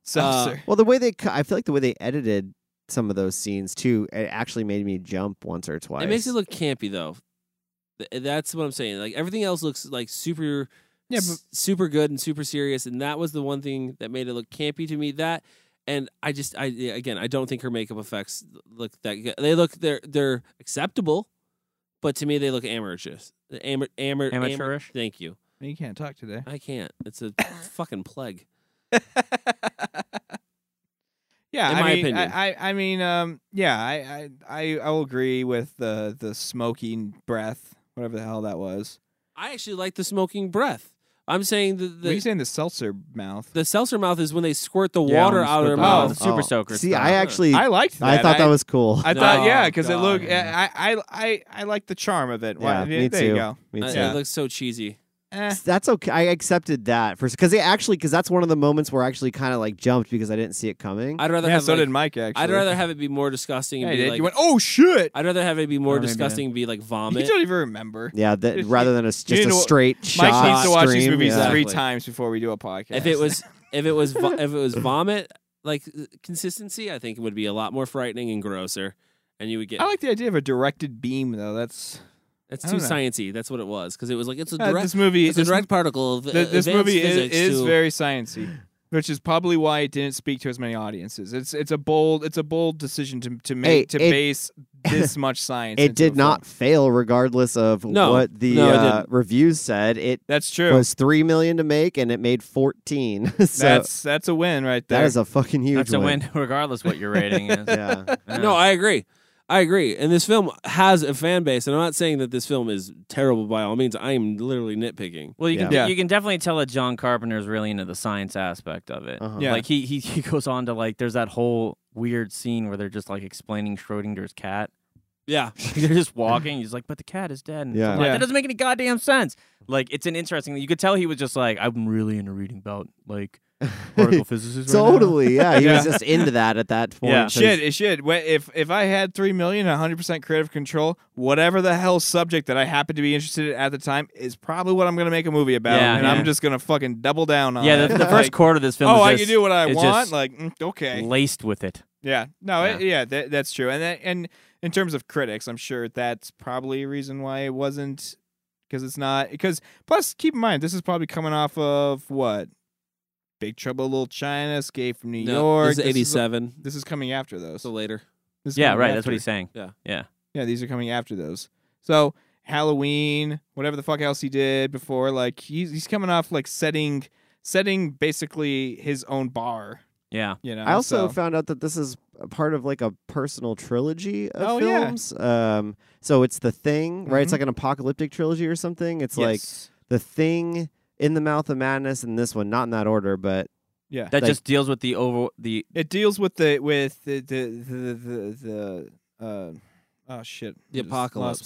Speaker 3: Seltzer.
Speaker 5: Well, the way they, cu- I feel like the way they edited some of those scenes too, it actually made me jump once or twice.
Speaker 1: It makes it look campy though. Th- eh, That's what I'm saying. Like everything else looks like super,
Speaker 3: Yeah,
Speaker 1: s- super good and super serious, and that was the one thing that made it look campy to me. That, and I just, I yeah, again, I don't think her makeup effects look that good. They look they're they're acceptable, but to me they look amateurish. Amateur, amateur,
Speaker 4: Amateurish?
Speaker 1: thank you.
Speaker 3: you can't talk today.
Speaker 1: I can't. It's a fucking plague.
Speaker 3: Yeah,
Speaker 1: In
Speaker 3: I
Speaker 1: my
Speaker 3: mean,
Speaker 1: opinion.
Speaker 3: I, I, I mean, um, yeah, I, I, I, I will agree with the the smoking breath, whatever the hell that was.
Speaker 1: I actually like the smoking breath. I'm saying the
Speaker 3: Were you
Speaker 1: the,
Speaker 3: saying the seltzer mouth?
Speaker 1: the seltzer mouth is when they squirt the
Speaker 3: Yeah,
Speaker 1: water
Speaker 3: when they
Speaker 1: out
Speaker 3: squirt
Speaker 1: of
Speaker 3: the
Speaker 1: their
Speaker 4: oh,
Speaker 3: water.
Speaker 4: the
Speaker 1: mouth.
Speaker 4: super
Speaker 5: Oh,
Speaker 4: soaker.
Speaker 5: See,
Speaker 4: stuff.
Speaker 5: I actually,
Speaker 3: I
Speaker 5: I,
Speaker 3: liked that.
Speaker 5: thought that was cool.
Speaker 3: I thought
Speaker 1: No,
Speaker 3: yeah, because it
Speaker 1: Oh, God.
Speaker 3: looked. I, I, I, I like the charm of it. Why-
Speaker 5: yeah,
Speaker 3: there
Speaker 5: me
Speaker 3: there
Speaker 5: too.
Speaker 3: you go.
Speaker 5: Me too.
Speaker 1: I-
Speaker 3: Yeah.
Speaker 1: It looks so cheesy.
Speaker 3: Eh.
Speaker 5: That's okay. I accepted that first because they actually because that's one of the moments where I actually kind of like jumped because I didn't see it coming.
Speaker 1: I'd rather
Speaker 3: Yeah,
Speaker 1: have
Speaker 3: so
Speaker 1: like,
Speaker 3: did Mike. Actually,
Speaker 1: I'd rather have it be more disgusting
Speaker 3: Yeah,
Speaker 1: and
Speaker 3: he
Speaker 1: be
Speaker 3: did.
Speaker 1: like
Speaker 3: you went, oh shit!
Speaker 1: I'd rather have it be more
Speaker 4: Oh, maybe I
Speaker 1: disgusting and be like vomit.
Speaker 3: You don't even remember.
Speaker 5: yeah, that rather than a s-
Speaker 3: You
Speaker 5: just a
Speaker 3: know,
Speaker 5: straight shot.
Speaker 3: Mike needs to watch these
Speaker 5: stream,
Speaker 3: movies
Speaker 5: yeah.
Speaker 3: three
Speaker 1: Exactly.
Speaker 3: times before we do a podcast.
Speaker 1: If it was if it was vo- if it was vomit like consistency, I think it would be a lot more frightening and grosser. And you would get
Speaker 3: I like the idea of a directed beam, though. That's
Speaker 1: that's
Speaker 3: I
Speaker 1: too
Speaker 3: don't know.
Speaker 1: sciency. That's what it was because it was like it's a
Speaker 3: Uh,
Speaker 1: direct
Speaker 3: this movie.
Speaker 1: it's a
Speaker 3: this
Speaker 1: direct particle of uh,
Speaker 3: th- this
Speaker 1: advanced
Speaker 3: movie is,
Speaker 1: physics
Speaker 3: is
Speaker 1: to-
Speaker 3: very sciency, which is probably why it didn't speak to as many audiences. It's it's a bold it's a bold decision to to make
Speaker 5: Hey,
Speaker 3: to
Speaker 5: it-
Speaker 3: base this much science. into
Speaker 5: It
Speaker 3: a
Speaker 5: did not
Speaker 3: film.
Speaker 5: fail, regardless of
Speaker 1: No,
Speaker 5: what the
Speaker 1: no, it
Speaker 5: uh,
Speaker 1: didn't.
Speaker 5: reviews said. It
Speaker 3: That's true.
Speaker 5: was three million to make, and it made fourteen. so
Speaker 3: that's that's a win right there.
Speaker 5: that is a fucking huge
Speaker 4: That's a win, regardless what your rating is.
Speaker 5: Yeah.
Speaker 1: No, I agree. I agree. And this film has a fan base, and I'm not saying that this film is terrible by all means. I am literally nitpicking.
Speaker 4: Well, you can
Speaker 3: Yeah. Yeah.
Speaker 4: you can definitely tell that John Carpenter's really into the science aspect of it.
Speaker 5: Uh-huh.
Speaker 3: Uh, Yeah.
Speaker 4: Like he, he he goes on to like there's that whole weird scene where they're just like explaining Schrodinger's cat.
Speaker 1: Yeah.
Speaker 4: they're just walking. He's like, but the cat is dead. And
Speaker 5: Yeah.
Speaker 4: I'm like,
Speaker 3: Yeah.
Speaker 4: that doesn't make any goddamn sense. Like it's an interesting. You could tell he was just like, I'm really into reading about like particle physicists. right now."
Speaker 5: Totally, yeah. He was
Speaker 3: Yeah.
Speaker 5: just into that at that point.
Speaker 4: Yeah.
Speaker 5: so
Speaker 3: Shit, it should. Wh- If if I had three million, hundred percent creative control, whatever the hell subject that I happen to be interested in at the time is probably what I'm going to make a movie about,
Speaker 4: Yeah,
Speaker 3: and
Speaker 4: yeah.
Speaker 3: I'm just going to fucking double down on.
Speaker 4: Yeah,
Speaker 3: it.
Speaker 4: the, the first
Speaker 3: Like,
Speaker 4: quarter of this film.
Speaker 3: oh,
Speaker 4: is
Speaker 3: I
Speaker 4: just,
Speaker 3: can do what I
Speaker 4: is
Speaker 3: want.
Speaker 4: just
Speaker 3: Like, mm, okay,
Speaker 4: laced with it.
Speaker 3: yeah, no,
Speaker 4: Yeah.
Speaker 3: it- yeah, that, that's true. And that, and in terms of critics, I'm sure that's probably a reason why it wasn't because it's not because plus keep in mind this is probably coming off of what Big Trouble in Little China, Escape from New
Speaker 1: No,
Speaker 3: York.
Speaker 1: this is
Speaker 3: This is-
Speaker 1: 87.
Speaker 3: This is coming after those.
Speaker 1: so later.
Speaker 3: This is
Speaker 4: Yeah,
Speaker 3: coming
Speaker 4: right. That's what
Speaker 3: after.
Speaker 4: he's saying.
Speaker 1: Yeah.
Speaker 4: yeah.
Speaker 3: Yeah, these are coming after those. So Halloween, whatever the fuck else he did before, like he's he's coming off like setting setting basically his own bar.
Speaker 4: Yeah.
Speaker 3: You know.
Speaker 5: I also
Speaker 3: so-
Speaker 5: found out that this is a part of like a personal trilogy of
Speaker 3: Oh, yeah. Mm-hmm.
Speaker 5: films. Um, so it's The Thing, right? It's like an apocalyptic trilogy or something. It's like
Speaker 3: Yes.
Speaker 5: The Thing, In the Mouth of Madness, and this one, not in that order, but
Speaker 3: yeah.
Speaker 4: That
Speaker 5: Like-
Speaker 4: just deals with the over the
Speaker 3: it deals with the with the the the the, the uh, oh shit
Speaker 1: The
Speaker 3: I just
Speaker 1: apocalypse.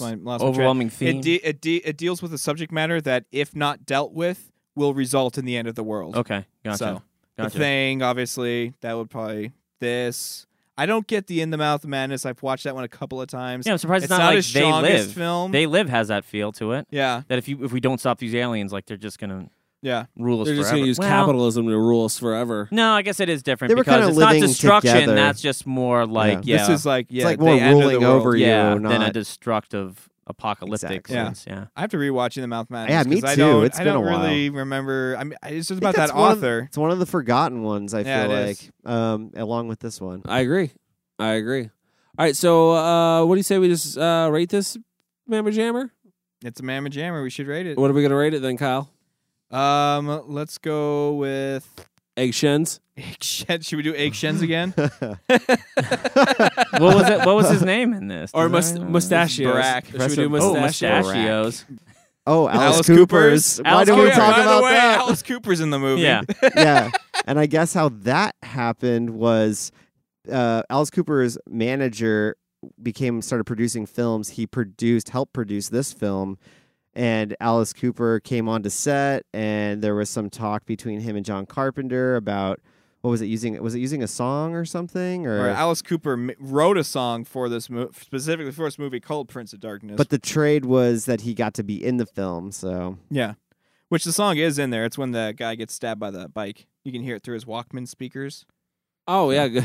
Speaker 3: Lost my, lost my train.
Speaker 4: overwhelming theme.
Speaker 3: It de- it de- it deals with a subject matter that if not dealt with will result in the end of the world.
Speaker 4: okay, gotcha.
Speaker 3: So
Speaker 4: gotcha.
Speaker 3: the thing, obviously, that would probably this. I don't get the in the mouth of madness. I've watched that one a couple of times.
Speaker 4: yeah, I'm surprised
Speaker 3: it's
Speaker 4: not,
Speaker 3: not
Speaker 4: like
Speaker 3: his
Speaker 4: they
Speaker 3: strongest
Speaker 4: live.
Speaker 3: film.
Speaker 4: They live has that feel to it.
Speaker 3: yeah,
Speaker 4: That if you if we don't stop these aliens, like they're just gonna
Speaker 3: yeah,
Speaker 4: rule us
Speaker 1: They're just
Speaker 4: forever.
Speaker 1: going to use
Speaker 4: Well,
Speaker 1: capitalism to rule us forever.
Speaker 4: No, I guess it is different
Speaker 5: They were
Speaker 4: because
Speaker 5: kinda
Speaker 4: it's not
Speaker 5: living
Speaker 4: destruction.
Speaker 5: together.
Speaker 4: That's just more like yeah,
Speaker 3: This is like yeah,
Speaker 5: it's like
Speaker 3: the
Speaker 5: more
Speaker 3: end of the
Speaker 5: ruling
Speaker 3: world.
Speaker 5: over
Speaker 4: yeah,
Speaker 5: you. Not,
Speaker 4: than a destructive apocalyptic
Speaker 5: Exactly.
Speaker 3: Yeah.
Speaker 4: sense. Yeah.
Speaker 3: I have to rewatch in the mouth of madness.
Speaker 5: Yeah, me
Speaker 3: 'cause I
Speaker 5: too.
Speaker 3: don't,
Speaker 5: It's
Speaker 3: I
Speaker 5: been
Speaker 3: don't
Speaker 5: a while.
Speaker 3: really remember. I mean, it's just
Speaker 5: I think
Speaker 3: about that
Speaker 5: that's one of-
Speaker 3: author.
Speaker 5: it's one of the forgotten ones. I
Speaker 3: Yeah,
Speaker 5: feel
Speaker 3: it
Speaker 5: like,
Speaker 3: is.
Speaker 5: um, along with this one.
Speaker 1: I agree. I agree. All right, so uh, what do you say we just uh, rate this Mamma Jammer?
Speaker 3: It's a mamma jammer. We should rate it.
Speaker 1: What are we going to rate it then, Kyle?
Speaker 3: Um, let's go with
Speaker 1: Egg Shens?
Speaker 3: egg shens. Should we do egg shens again?
Speaker 4: what was it? What was his name in this?
Speaker 1: Or
Speaker 4: Does
Speaker 1: must-
Speaker 4: anyone-
Speaker 1: Mustachios?
Speaker 3: Barack.
Speaker 1: Should we do
Speaker 4: Oh,
Speaker 1: Mustachios?
Speaker 4: mustachios.
Speaker 5: oh, Alice,
Speaker 3: Alice
Speaker 5: Cooper's.
Speaker 3: Cooper's.
Speaker 5: Why
Speaker 4: Alice
Speaker 5: do
Speaker 3: oh,
Speaker 5: we
Speaker 4: Cooper.
Speaker 3: yeah,
Speaker 5: talk
Speaker 3: by
Speaker 5: about
Speaker 3: the way,
Speaker 5: that?
Speaker 3: Alice Cooper's in the movie.
Speaker 4: Yeah.
Speaker 5: yeah. And I guess how that happened was uh, Alice Cooper's manager became started producing films. He produced, helped produce this film. And Alice Cooper came onto set, and there was some talk between him and John Carpenter about what was it using? Was it using a song or something? Or,
Speaker 3: Or Alice Cooper m- wrote a song for this mo- specifically for this movie called Prince of Darkness.
Speaker 5: but the trade was that he got to be in the film. So
Speaker 3: yeah, which the song is in there. It's when the guy gets stabbed by the bike. You can hear it through his Walkman speakers.
Speaker 1: Oh, yeah.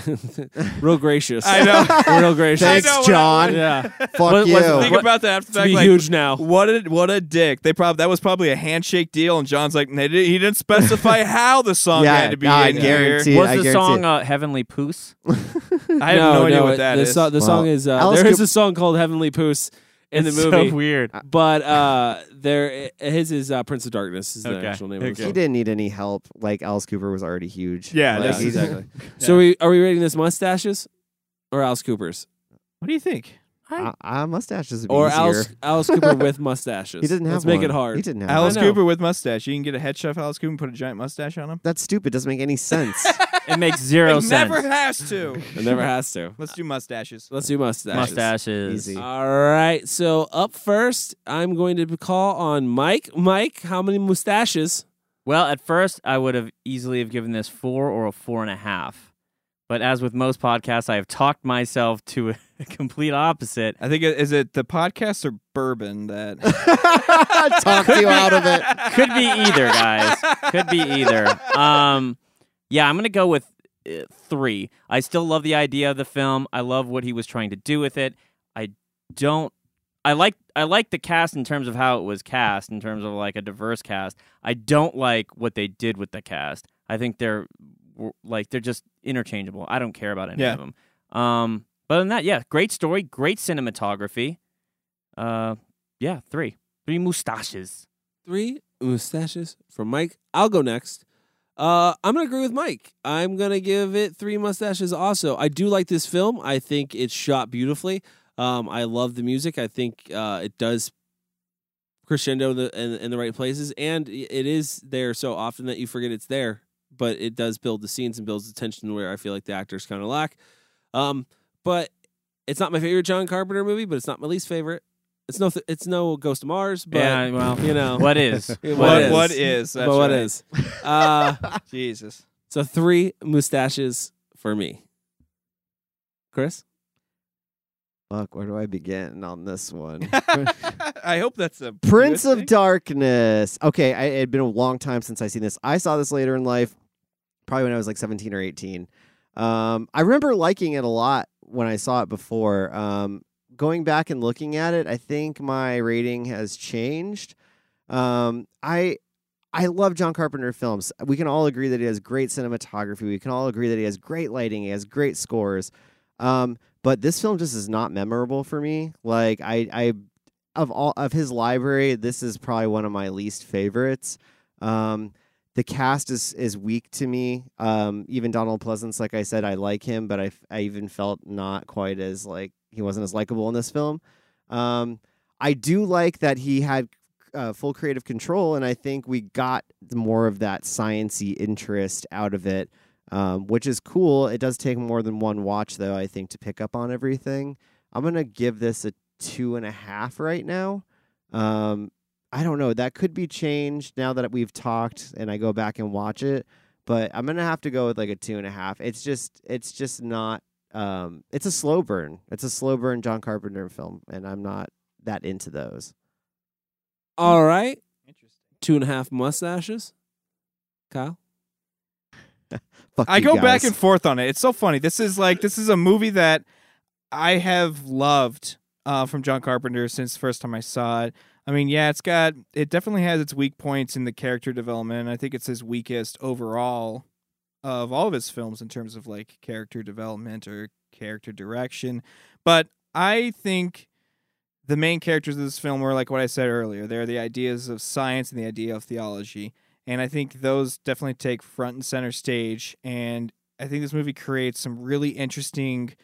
Speaker 1: Real gracious.
Speaker 3: I know.
Speaker 1: Real gracious.
Speaker 5: thanks,
Speaker 3: know what I-
Speaker 5: John.
Speaker 1: Yeah.
Speaker 5: Fuck
Speaker 4: What-
Speaker 5: you.
Speaker 4: what's the
Speaker 3: Think
Speaker 4: What-
Speaker 3: about that after the
Speaker 1: To
Speaker 3: fact.
Speaker 1: be
Speaker 3: Like,
Speaker 1: huge now.
Speaker 3: What a what a dick! They probably that was probably a handshake deal, and John's like, they didn't, he didn't specify how the song
Speaker 5: yeah,
Speaker 3: had to be
Speaker 5: I
Speaker 3: in
Speaker 5: guarantee.
Speaker 3: here.
Speaker 5: it,
Speaker 4: Was
Speaker 5: I
Speaker 4: the
Speaker 5: guarantee
Speaker 4: song
Speaker 5: it.
Speaker 4: uh, Heavenly Poos?
Speaker 3: I have no, idea
Speaker 1: no,
Speaker 3: what
Speaker 1: it-
Speaker 3: that
Speaker 1: the
Speaker 3: is.
Speaker 1: So, the
Speaker 5: Wow.
Speaker 1: song is uh,
Speaker 5: Alice
Speaker 1: there is
Speaker 5: Cooper-
Speaker 1: a song called Heavenly Poos in the
Speaker 4: It's so
Speaker 1: movie.
Speaker 4: weird.
Speaker 1: But uh, there i- his is uh, Prince of Darkness is
Speaker 4: Okay.
Speaker 1: the actual name of the
Speaker 5: He
Speaker 1: song.
Speaker 5: didn't need any help. Like Alice Cooper was already huge.
Speaker 3: Yeah,
Speaker 5: Like,
Speaker 3: that's
Speaker 5: he's-
Speaker 3: exactly.
Speaker 1: So we, are we rating this mustaches or Alice Cooper's
Speaker 3: What do you think?
Speaker 5: I, I mustaches would be
Speaker 1: or
Speaker 5: easier.
Speaker 1: Alice Alice Cooper with mustaches?
Speaker 5: He didn't have
Speaker 1: Let's
Speaker 5: one.
Speaker 1: make it hard.
Speaker 5: He didn't have.
Speaker 3: Alice
Speaker 5: one.
Speaker 1: know.
Speaker 3: Cooper with mustache. You can get a headshot of Alice Cooper and put a giant mustache on him.
Speaker 5: That's stupid. Doesn't make any sense.
Speaker 4: It makes zero
Speaker 3: it
Speaker 4: sense.
Speaker 3: never has to.
Speaker 1: It never has to.
Speaker 3: Let's do mustaches.
Speaker 1: Let's do mustaches.
Speaker 4: Mustaches.
Speaker 5: Easy.
Speaker 1: All right. So up first, I'm going to call on Mike. Mike, how many mustaches?
Speaker 4: Well, at first I would have easily have given this four or a four and a half, but as with most podcasts, I have talked myself to a complete opposite.
Speaker 3: I think it, is it the podcast or bourbon that
Speaker 5: Talk you out of it.
Speaker 4: Could be either, guys. Could be either. Um, yeah, I'm gonna go with uh, three. I still love the idea of the film. I love what he was trying to do with it. I don't. I like I like the cast in terms of how it was cast, in terms of like a diverse cast. I don't like what they did with the cast. I think they're w- like they're just interchangeable. I don't care about any
Speaker 3: Yeah.
Speaker 4: of them. Um, but other than that, yeah, great story, great cinematography. Uh, yeah, three, three mustaches.
Speaker 1: Three mustaches from Mike. I'll go next. Uh, I'm gonna agree with Mike. I'm gonna give it three mustaches. Also, I do like this film. I think it's shot beautifully. Um, I love the music. I think uh, it does crescendo in the in, in the right places, and i- it is there so often that you forget it's there. But it does build the scenes and builds the tension where I feel like the actors kind of lack. Um, but it's not my favorite John Carpenter movie, but it's not my least favorite. It's no, th- it's no Ghost of Mars, but
Speaker 4: yeah, well,
Speaker 1: you know
Speaker 4: what is
Speaker 1: What
Speaker 3: what,
Speaker 1: is?
Speaker 3: what is?
Speaker 1: but
Speaker 3: That's
Speaker 1: what
Speaker 3: right.
Speaker 1: is? Uh,
Speaker 3: Jesus?
Speaker 1: so three mustaches for me. Chris,
Speaker 5: Fuck. Where do I begin on this one?
Speaker 3: I hope that's a
Speaker 5: Prince
Speaker 3: good
Speaker 5: of
Speaker 3: thing.
Speaker 5: Darkness. Okay, I, it had been a long time since I seen this. I saw this later in life, probably when I was like 17 or 18. Um, I remember liking it a lot when I saw it before. Um, going back and looking at it, I think my rating has changed. Um, I I love John Carpenter films. We can all agree that he has great cinematography. We can all agree that he has great lighting. He has great scores. Um, But this film just is not memorable for me. Like I, I of all of his library, this is probably one of my least favorites. Um, the cast is is weak to me. Um, even Donald Pleasance, like I said, I like him, but I, f- I even felt not quite as like he wasn't as likable in this film. Um, I do like that he had uh, full creative control, and I think we got more of that sciency interest out of it, um, which is cool. It does take more than one watch, though, I think, to pick up on everything. I'm gonna give this a two and a half right now. Um, I don't know. That could be changed now that we've talked and I go back and watch it. But I'm gonna have to go with like a two and a half. It's just it's just not um it's a slow burn. It's a slow burn John Carpenter film, and I'm not that into those.
Speaker 1: All right.
Speaker 3: Interesting.
Speaker 1: Two and a half mustaches. Kyle?
Speaker 5: Fuck
Speaker 3: I
Speaker 5: you
Speaker 3: go back
Speaker 5: guys.
Speaker 3: and forth on it. It's so funny. This is like this is a movie that I have loved uh, from John Carpenter since the first time I saw it. I mean, yeah, it's got it definitely has its weak points in the character development. I think it's his weakest overall of all of his films in terms of like character development or character direction. But I think the main characters of this film were like what I said earlier. They're the ideas of science and the idea of theology. And I think those definitely take front and center stage. And I think this movie creates some really interesting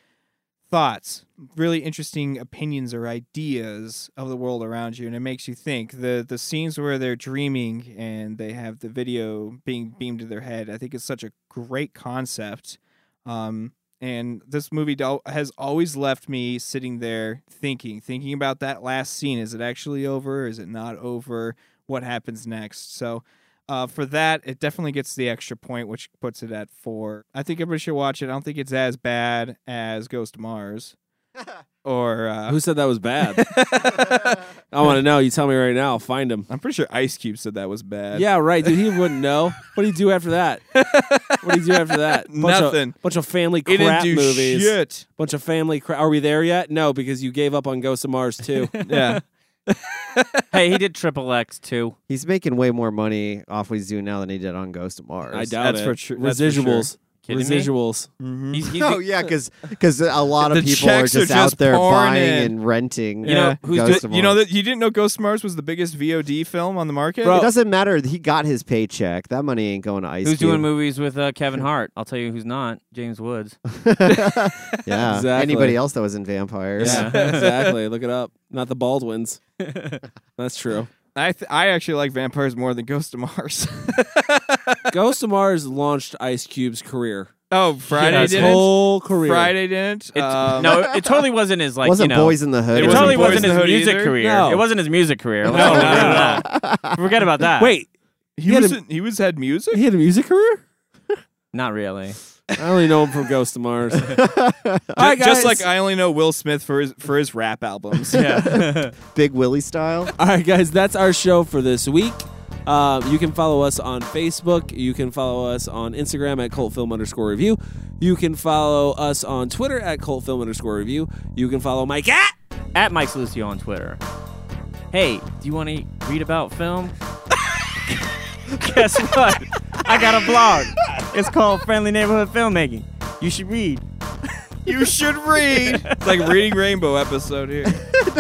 Speaker 3: thoughts, really interesting opinions or ideas of the world around you. And it makes you think. The the scenes where they're dreaming and they have the video being beamed to their head, I think it's such a great concept. Um, and this movie do- has always left me sitting there thinking, thinking about that last scene. Is it actually over? Is it not over? What happens next? So, uh, for that, it definitely gets the extra point, which puts it at four. I think everybody should watch it. I don't think it's as bad as Ghost of Mars or. Uh,
Speaker 1: Who said that was bad? I want to know. You tell me right now. I'll find him.
Speaker 3: I'm pretty sure Ice Cube said that was bad.
Speaker 1: Yeah, right, dude. He wouldn't know. What do you do after that? What do you do after that? Bunch
Speaker 3: Nothing.
Speaker 1: Of, bunch of family
Speaker 3: It didn't
Speaker 1: crap
Speaker 3: do
Speaker 1: movies.
Speaker 3: shit.
Speaker 1: Bunch of family crap. Are we there yet? No, because you gave up on Ghost of Mars too.
Speaker 3: Yeah.
Speaker 4: hey, he did Triple X too.
Speaker 5: He's making way more money off what he's doing now than he did on Ghost of Mars.
Speaker 1: I doubt
Speaker 3: That's
Speaker 1: it.
Speaker 3: for sure- that's for sure.
Speaker 1: Residuals.
Speaker 4: Kidding me?
Speaker 1: Residuals.
Speaker 4: He's, he's
Speaker 5: Oh yeah, because a lot of
Speaker 3: The
Speaker 5: people are
Speaker 3: checks are
Speaker 5: just,
Speaker 3: just
Speaker 5: out there
Speaker 3: pouring
Speaker 5: buying
Speaker 3: in.
Speaker 5: and renting.
Speaker 3: You know
Speaker 4: who's
Speaker 5: Ghost of
Speaker 3: You know
Speaker 5: Mars.
Speaker 3: that you didn't know Ghost of Mars was the biggest VOD film on the market.
Speaker 1: Bro,
Speaker 5: it doesn't matter. He got his paycheck. That money ain't going to Ice
Speaker 4: Who's
Speaker 5: Cube.
Speaker 4: doing movies with uh, Kevin Hart? I'll tell you who's not. James Woods.
Speaker 5: yeah.
Speaker 1: Exactly.
Speaker 5: Anybody else that was in Vampires?
Speaker 1: Yeah, exactly. Look it up. Not the Baldwins. That's true.
Speaker 3: I th- I actually like vampires more than Ghost of Mars.
Speaker 1: Ghost of Mars launched Ice Cube's career.
Speaker 3: oh, Friday
Speaker 4: Yes.
Speaker 1: His
Speaker 3: didn't.
Speaker 1: whole career.
Speaker 3: Friday didn't.
Speaker 4: It's,
Speaker 3: Um,
Speaker 4: no, it totally wasn't his like
Speaker 5: wasn't
Speaker 4: you know.
Speaker 5: Boys in the Hood.
Speaker 4: it
Speaker 3: wasn't
Speaker 4: totally
Speaker 3: Boys
Speaker 4: wasn't
Speaker 3: in
Speaker 4: his
Speaker 3: the Hood
Speaker 4: music
Speaker 3: either?
Speaker 4: career.
Speaker 1: No.
Speaker 4: It wasn't his music career. Let's
Speaker 3: No,
Speaker 4: not
Speaker 3: no,
Speaker 4: forget that. Forget about that.
Speaker 1: Wait,
Speaker 3: he
Speaker 1: had a-
Speaker 3: was in, he was had music.
Speaker 1: he had a music career?
Speaker 4: not really.
Speaker 1: I only know him from Ghost of Mars. All right,
Speaker 3: Just
Speaker 1: guys.
Speaker 3: like uh, I only know Will Smith for his for his rap albums.
Speaker 4: Yeah.
Speaker 5: Big Willie style.
Speaker 1: All right, guys, that's our show for this week. Uh, you can follow us on Facebook. You can follow us on Instagram at cultfilm underscore review. You can follow us on Twitter at cultfilm underscore review. You can follow Mike at.
Speaker 4: At Mike's Lucio on Twitter. Hey, do you want to read about film? Guess what? I got a blog. It's called Friendly Neighborhood Filmmaking. You should read.
Speaker 3: you should read. It's like reading Rainbow episode here.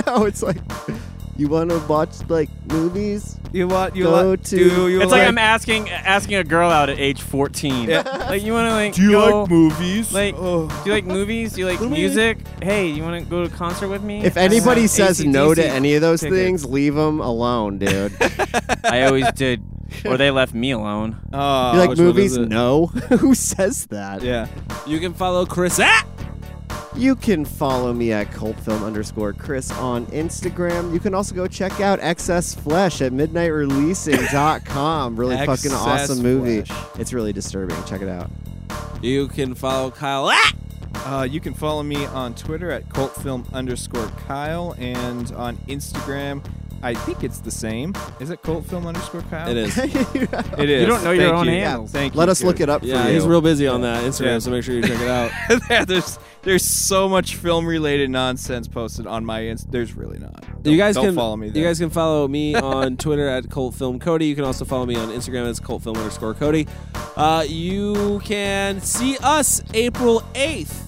Speaker 5: no, it's like you want to watch like movies.
Speaker 3: You want you
Speaker 5: Go
Speaker 3: want
Speaker 5: to-
Speaker 3: do you
Speaker 4: It's like, I'm asking asking a girl out at age 14.
Speaker 3: Yeah.
Speaker 4: Like you want to like
Speaker 3: do you
Speaker 4: go-
Speaker 3: like movies?
Speaker 4: Like,
Speaker 3: oh.
Speaker 4: do you like movies? Do you like music? Hey, you want to go to a concert with me?
Speaker 5: If
Speaker 4: I have
Speaker 5: anybody says no to
Speaker 4: AC/DC
Speaker 5: any of those
Speaker 4: tickets.
Speaker 5: things, leave them alone, dude.
Speaker 4: I always did, or they left me alone.
Speaker 3: Oh,
Speaker 5: you like
Speaker 1: which one is
Speaker 5: movies?
Speaker 1: it?
Speaker 5: No. Who says that?
Speaker 3: yeah.
Speaker 1: You can follow Chris at.
Speaker 5: You can follow me at cultfilm underscore Chris on Instagram. You can also go check out Excess Flesh at midnightreleasing.com. Really fucking
Speaker 3: Excess
Speaker 5: awesome movie.
Speaker 3: Flesh.
Speaker 5: It's really disturbing. Check it out.
Speaker 1: You can follow Kyle at.
Speaker 3: Uh, you can follow me on Twitter at cultfilm underscore Kyle and on Instagram. I think it's the same. Is it cultfilm underscore Kyle?
Speaker 1: It is.
Speaker 3: It is.
Speaker 4: You don't know your
Speaker 3: Thank
Speaker 4: own
Speaker 3: you.
Speaker 4: handles.
Speaker 3: Thank you.
Speaker 5: Let us look it up
Speaker 1: Yeah,
Speaker 5: for you.
Speaker 1: he's real busy on that Instagram,
Speaker 3: Yeah.
Speaker 1: so make sure you check it out.
Speaker 3: yeah, there's there's so much film related nonsense posted on my Inst. There's really not. Don't,
Speaker 1: you guys
Speaker 3: don't
Speaker 1: can
Speaker 3: follow me. There.
Speaker 1: You guys can follow me on Twitter at Colt Film Cody. You can also follow me on Instagram as Colt Film underscore Cody. Uh, you can see us April eighth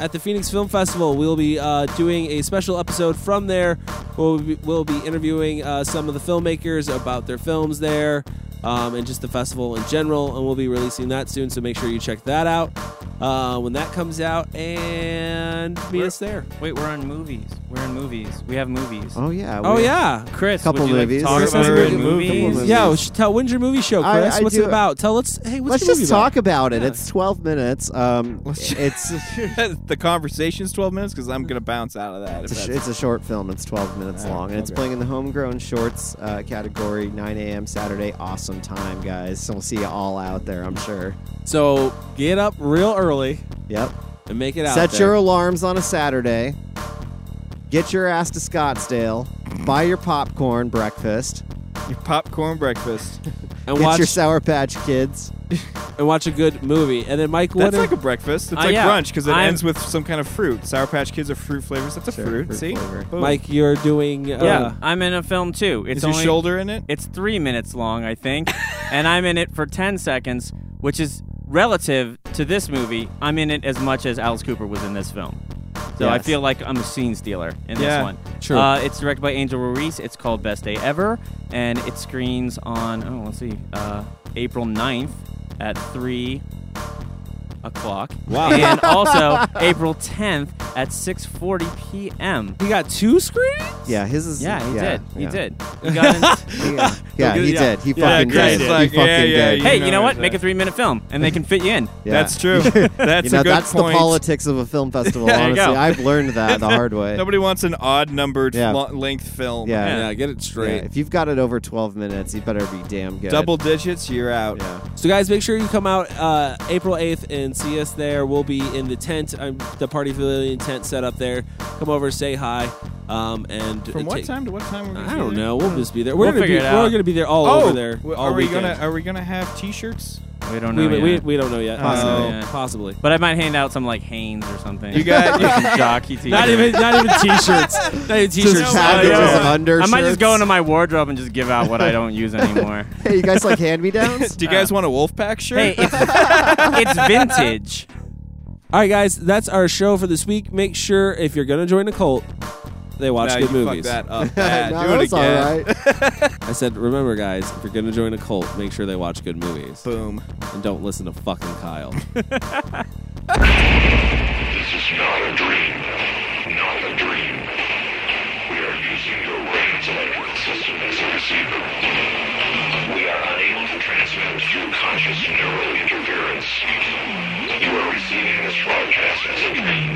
Speaker 1: at the Phoenix Film Festival. We'll be uh, doing a special episode from there. We'll be, we'll be interviewing uh, some of the filmmakers about their films there um, and just the festival in general. And we'll be releasing that soon, so make sure you check that out uh, when that comes out and meet
Speaker 4: We're-
Speaker 1: us there.
Speaker 4: Wait, we're on movies. We're in movies. We have movies.
Speaker 5: Oh yeah.
Speaker 1: Oh,
Speaker 5: we-
Speaker 1: yeah.
Speaker 4: Chris,
Speaker 5: Couple
Speaker 4: would you
Speaker 5: movies.
Speaker 4: like to
Speaker 5: Chris
Speaker 4: talk about
Speaker 5: has a
Speaker 4: your
Speaker 5: good movie. Couple
Speaker 4: movies?
Speaker 5: movies.
Speaker 1: Yeah, we should tell, when's your movie show,
Speaker 5: I-
Speaker 1: Chris?
Speaker 5: I
Speaker 1: What's
Speaker 5: do-
Speaker 1: it about? Tell us. Hey, what's
Speaker 5: Let's
Speaker 1: your
Speaker 5: just
Speaker 1: movie about?
Speaker 5: talk about it.
Speaker 1: Yeah.
Speaker 5: It's 12 minutes. Um,
Speaker 3: Let's-
Speaker 5: it's
Speaker 3: the conversation's 12 minutes because I'm gonna bounce out of that. If
Speaker 5: It's a, sh-
Speaker 3: that's-
Speaker 5: it's a short film. It's 12 minutes
Speaker 3: All right,
Speaker 5: long, and it's
Speaker 3: okay.
Speaker 5: playing in the homegrown shorts uh, category. 9 a.m. Saturday. Awesome time, guys. So we'll see you all out there. I'm sure.
Speaker 1: So get up real early
Speaker 5: Yep.
Speaker 1: and make it out.
Speaker 5: Set
Speaker 1: there.
Speaker 5: your alarms on a Saturday. Get your ass to Scottsdale. Buy your popcorn breakfast.
Speaker 3: your popcorn breakfast.
Speaker 1: and
Speaker 5: Get
Speaker 1: watch
Speaker 5: your Sour Patch Kids.
Speaker 1: and watch a good movie. And then Mike, what?
Speaker 3: That's
Speaker 1: are-
Speaker 3: like a breakfast. It's
Speaker 4: Uh,
Speaker 3: like
Speaker 4: yeah.
Speaker 3: brunch because it
Speaker 4: I'm-
Speaker 3: ends with some kind of fruit. Sour Patch Kids are fruit flavors. That's a
Speaker 5: Sure,
Speaker 3: fruit.
Speaker 5: fruit
Speaker 3: See,
Speaker 5: flavor.
Speaker 3: Boom.
Speaker 1: Mike, you're doing. Uh,
Speaker 4: Yeah, I'm in a film too. It's
Speaker 3: is your
Speaker 4: only-
Speaker 3: shoulder in it?
Speaker 4: It's three minutes long, I think, and I'm in it for ten seconds, which is relative to this movie. I'm in it as much as Alice Cooper was in this film, so I
Speaker 5: Yes.
Speaker 4: feel like I'm a scene stealer in
Speaker 3: Yeah,
Speaker 4: this one.
Speaker 1: true.
Speaker 4: Uh, it's directed by Angel Ruiz. It's called Best Day Ever, and it screens on oh, let's see, uh, April 9th at three o'clock. Wow. And also April 10th at 6:40 p.m.
Speaker 1: He got two screenings.
Speaker 5: Yeah, his is.
Speaker 4: Yeah, he did. He
Speaker 5: yeah.
Speaker 4: did. He got in-
Speaker 5: Yeah, yeah, he
Speaker 1: Yeah.
Speaker 5: did. He
Speaker 1: Yeah,
Speaker 5: fucking
Speaker 3: Chris
Speaker 5: did.
Speaker 3: is like,
Speaker 5: he fucking
Speaker 3: yeah, yeah,
Speaker 5: did.
Speaker 3: you
Speaker 4: hey,
Speaker 3: know
Speaker 4: you know
Speaker 3: what
Speaker 4: what?
Speaker 3: I'm
Speaker 4: Make a
Speaker 3: saying.
Speaker 4: three-minute film, and they can fit you in.
Speaker 5: Yeah.
Speaker 3: That's true. That's
Speaker 5: you know,
Speaker 3: a good
Speaker 5: that's
Speaker 3: point.
Speaker 5: the politics of a film festival.
Speaker 4: There you
Speaker 5: honestly,
Speaker 4: go.
Speaker 5: I've learned that the hard way.
Speaker 3: Nobody wants an odd numbered
Speaker 5: Yeah.
Speaker 3: length film.
Speaker 5: Yeah.
Speaker 1: Yeah, get it
Speaker 5: Yeah,
Speaker 1: straight.
Speaker 5: if you've got it over 12 minutes, you better be damn good.
Speaker 3: Double digits, you're out.
Speaker 5: Yeah.
Speaker 1: So guys, make sure you come out uh, April 8th and see us there. We'll be in the tent, um, the party pavilion tent set up there. Come over, say hi, um, and
Speaker 3: From
Speaker 1: and
Speaker 3: what
Speaker 1: take-
Speaker 3: time to what time? We're
Speaker 1: I don't know. We'll just be there. We're
Speaker 4: We'll
Speaker 1: gonna be,
Speaker 4: figure it out.
Speaker 1: We're gonna be there all
Speaker 3: Oh,
Speaker 1: over there.
Speaker 3: w-
Speaker 1: all
Speaker 3: are we
Speaker 1: weekend.
Speaker 3: gonna are we gonna have T-shirts?
Speaker 4: We don't know
Speaker 1: We,
Speaker 4: yet.
Speaker 1: we, we don't know yet.
Speaker 3: Possibly.
Speaker 1: Uh,
Speaker 4: Yeah.
Speaker 1: Possibly.
Speaker 4: but I might hand out some like Hanes or something.
Speaker 3: You got-
Speaker 4: Like some jockey t
Speaker 1: Not even not even t-shirts. Not even
Speaker 5: Just
Speaker 1: t-shirts.
Speaker 5: packages
Speaker 4: yeah.
Speaker 5: of undershirts.
Speaker 4: I might just go into my wardrobe and just give out what I don't use anymore.
Speaker 5: Hey, you guys like hand me downs?
Speaker 3: Do you guys want a Wolfpack shirt?
Speaker 4: hey, it's, it's vintage.
Speaker 1: All right, guys, that's our show for this week. Make sure if you're gonna join a cult, they watch
Speaker 3: No,
Speaker 1: good
Speaker 3: you
Speaker 1: movies.
Speaker 3: Fuck that up. Bad.
Speaker 5: no,
Speaker 3: Do it
Speaker 5: that's all
Speaker 3: again.
Speaker 5: right.
Speaker 1: I said, remember, guys, if you're gonna join a cult, make sure they watch good movies
Speaker 3: Boom.
Speaker 1: and don't listen to fucking Kyle.
Speaker 7: This is not a dream. Not a dream. We are using your brain's electrical system as a receiver. We are unable to transmit through conscious neural interference. You are receiving this broadcast as a dream.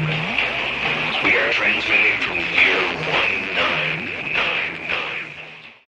Speaker 7: We are transmitting from year one.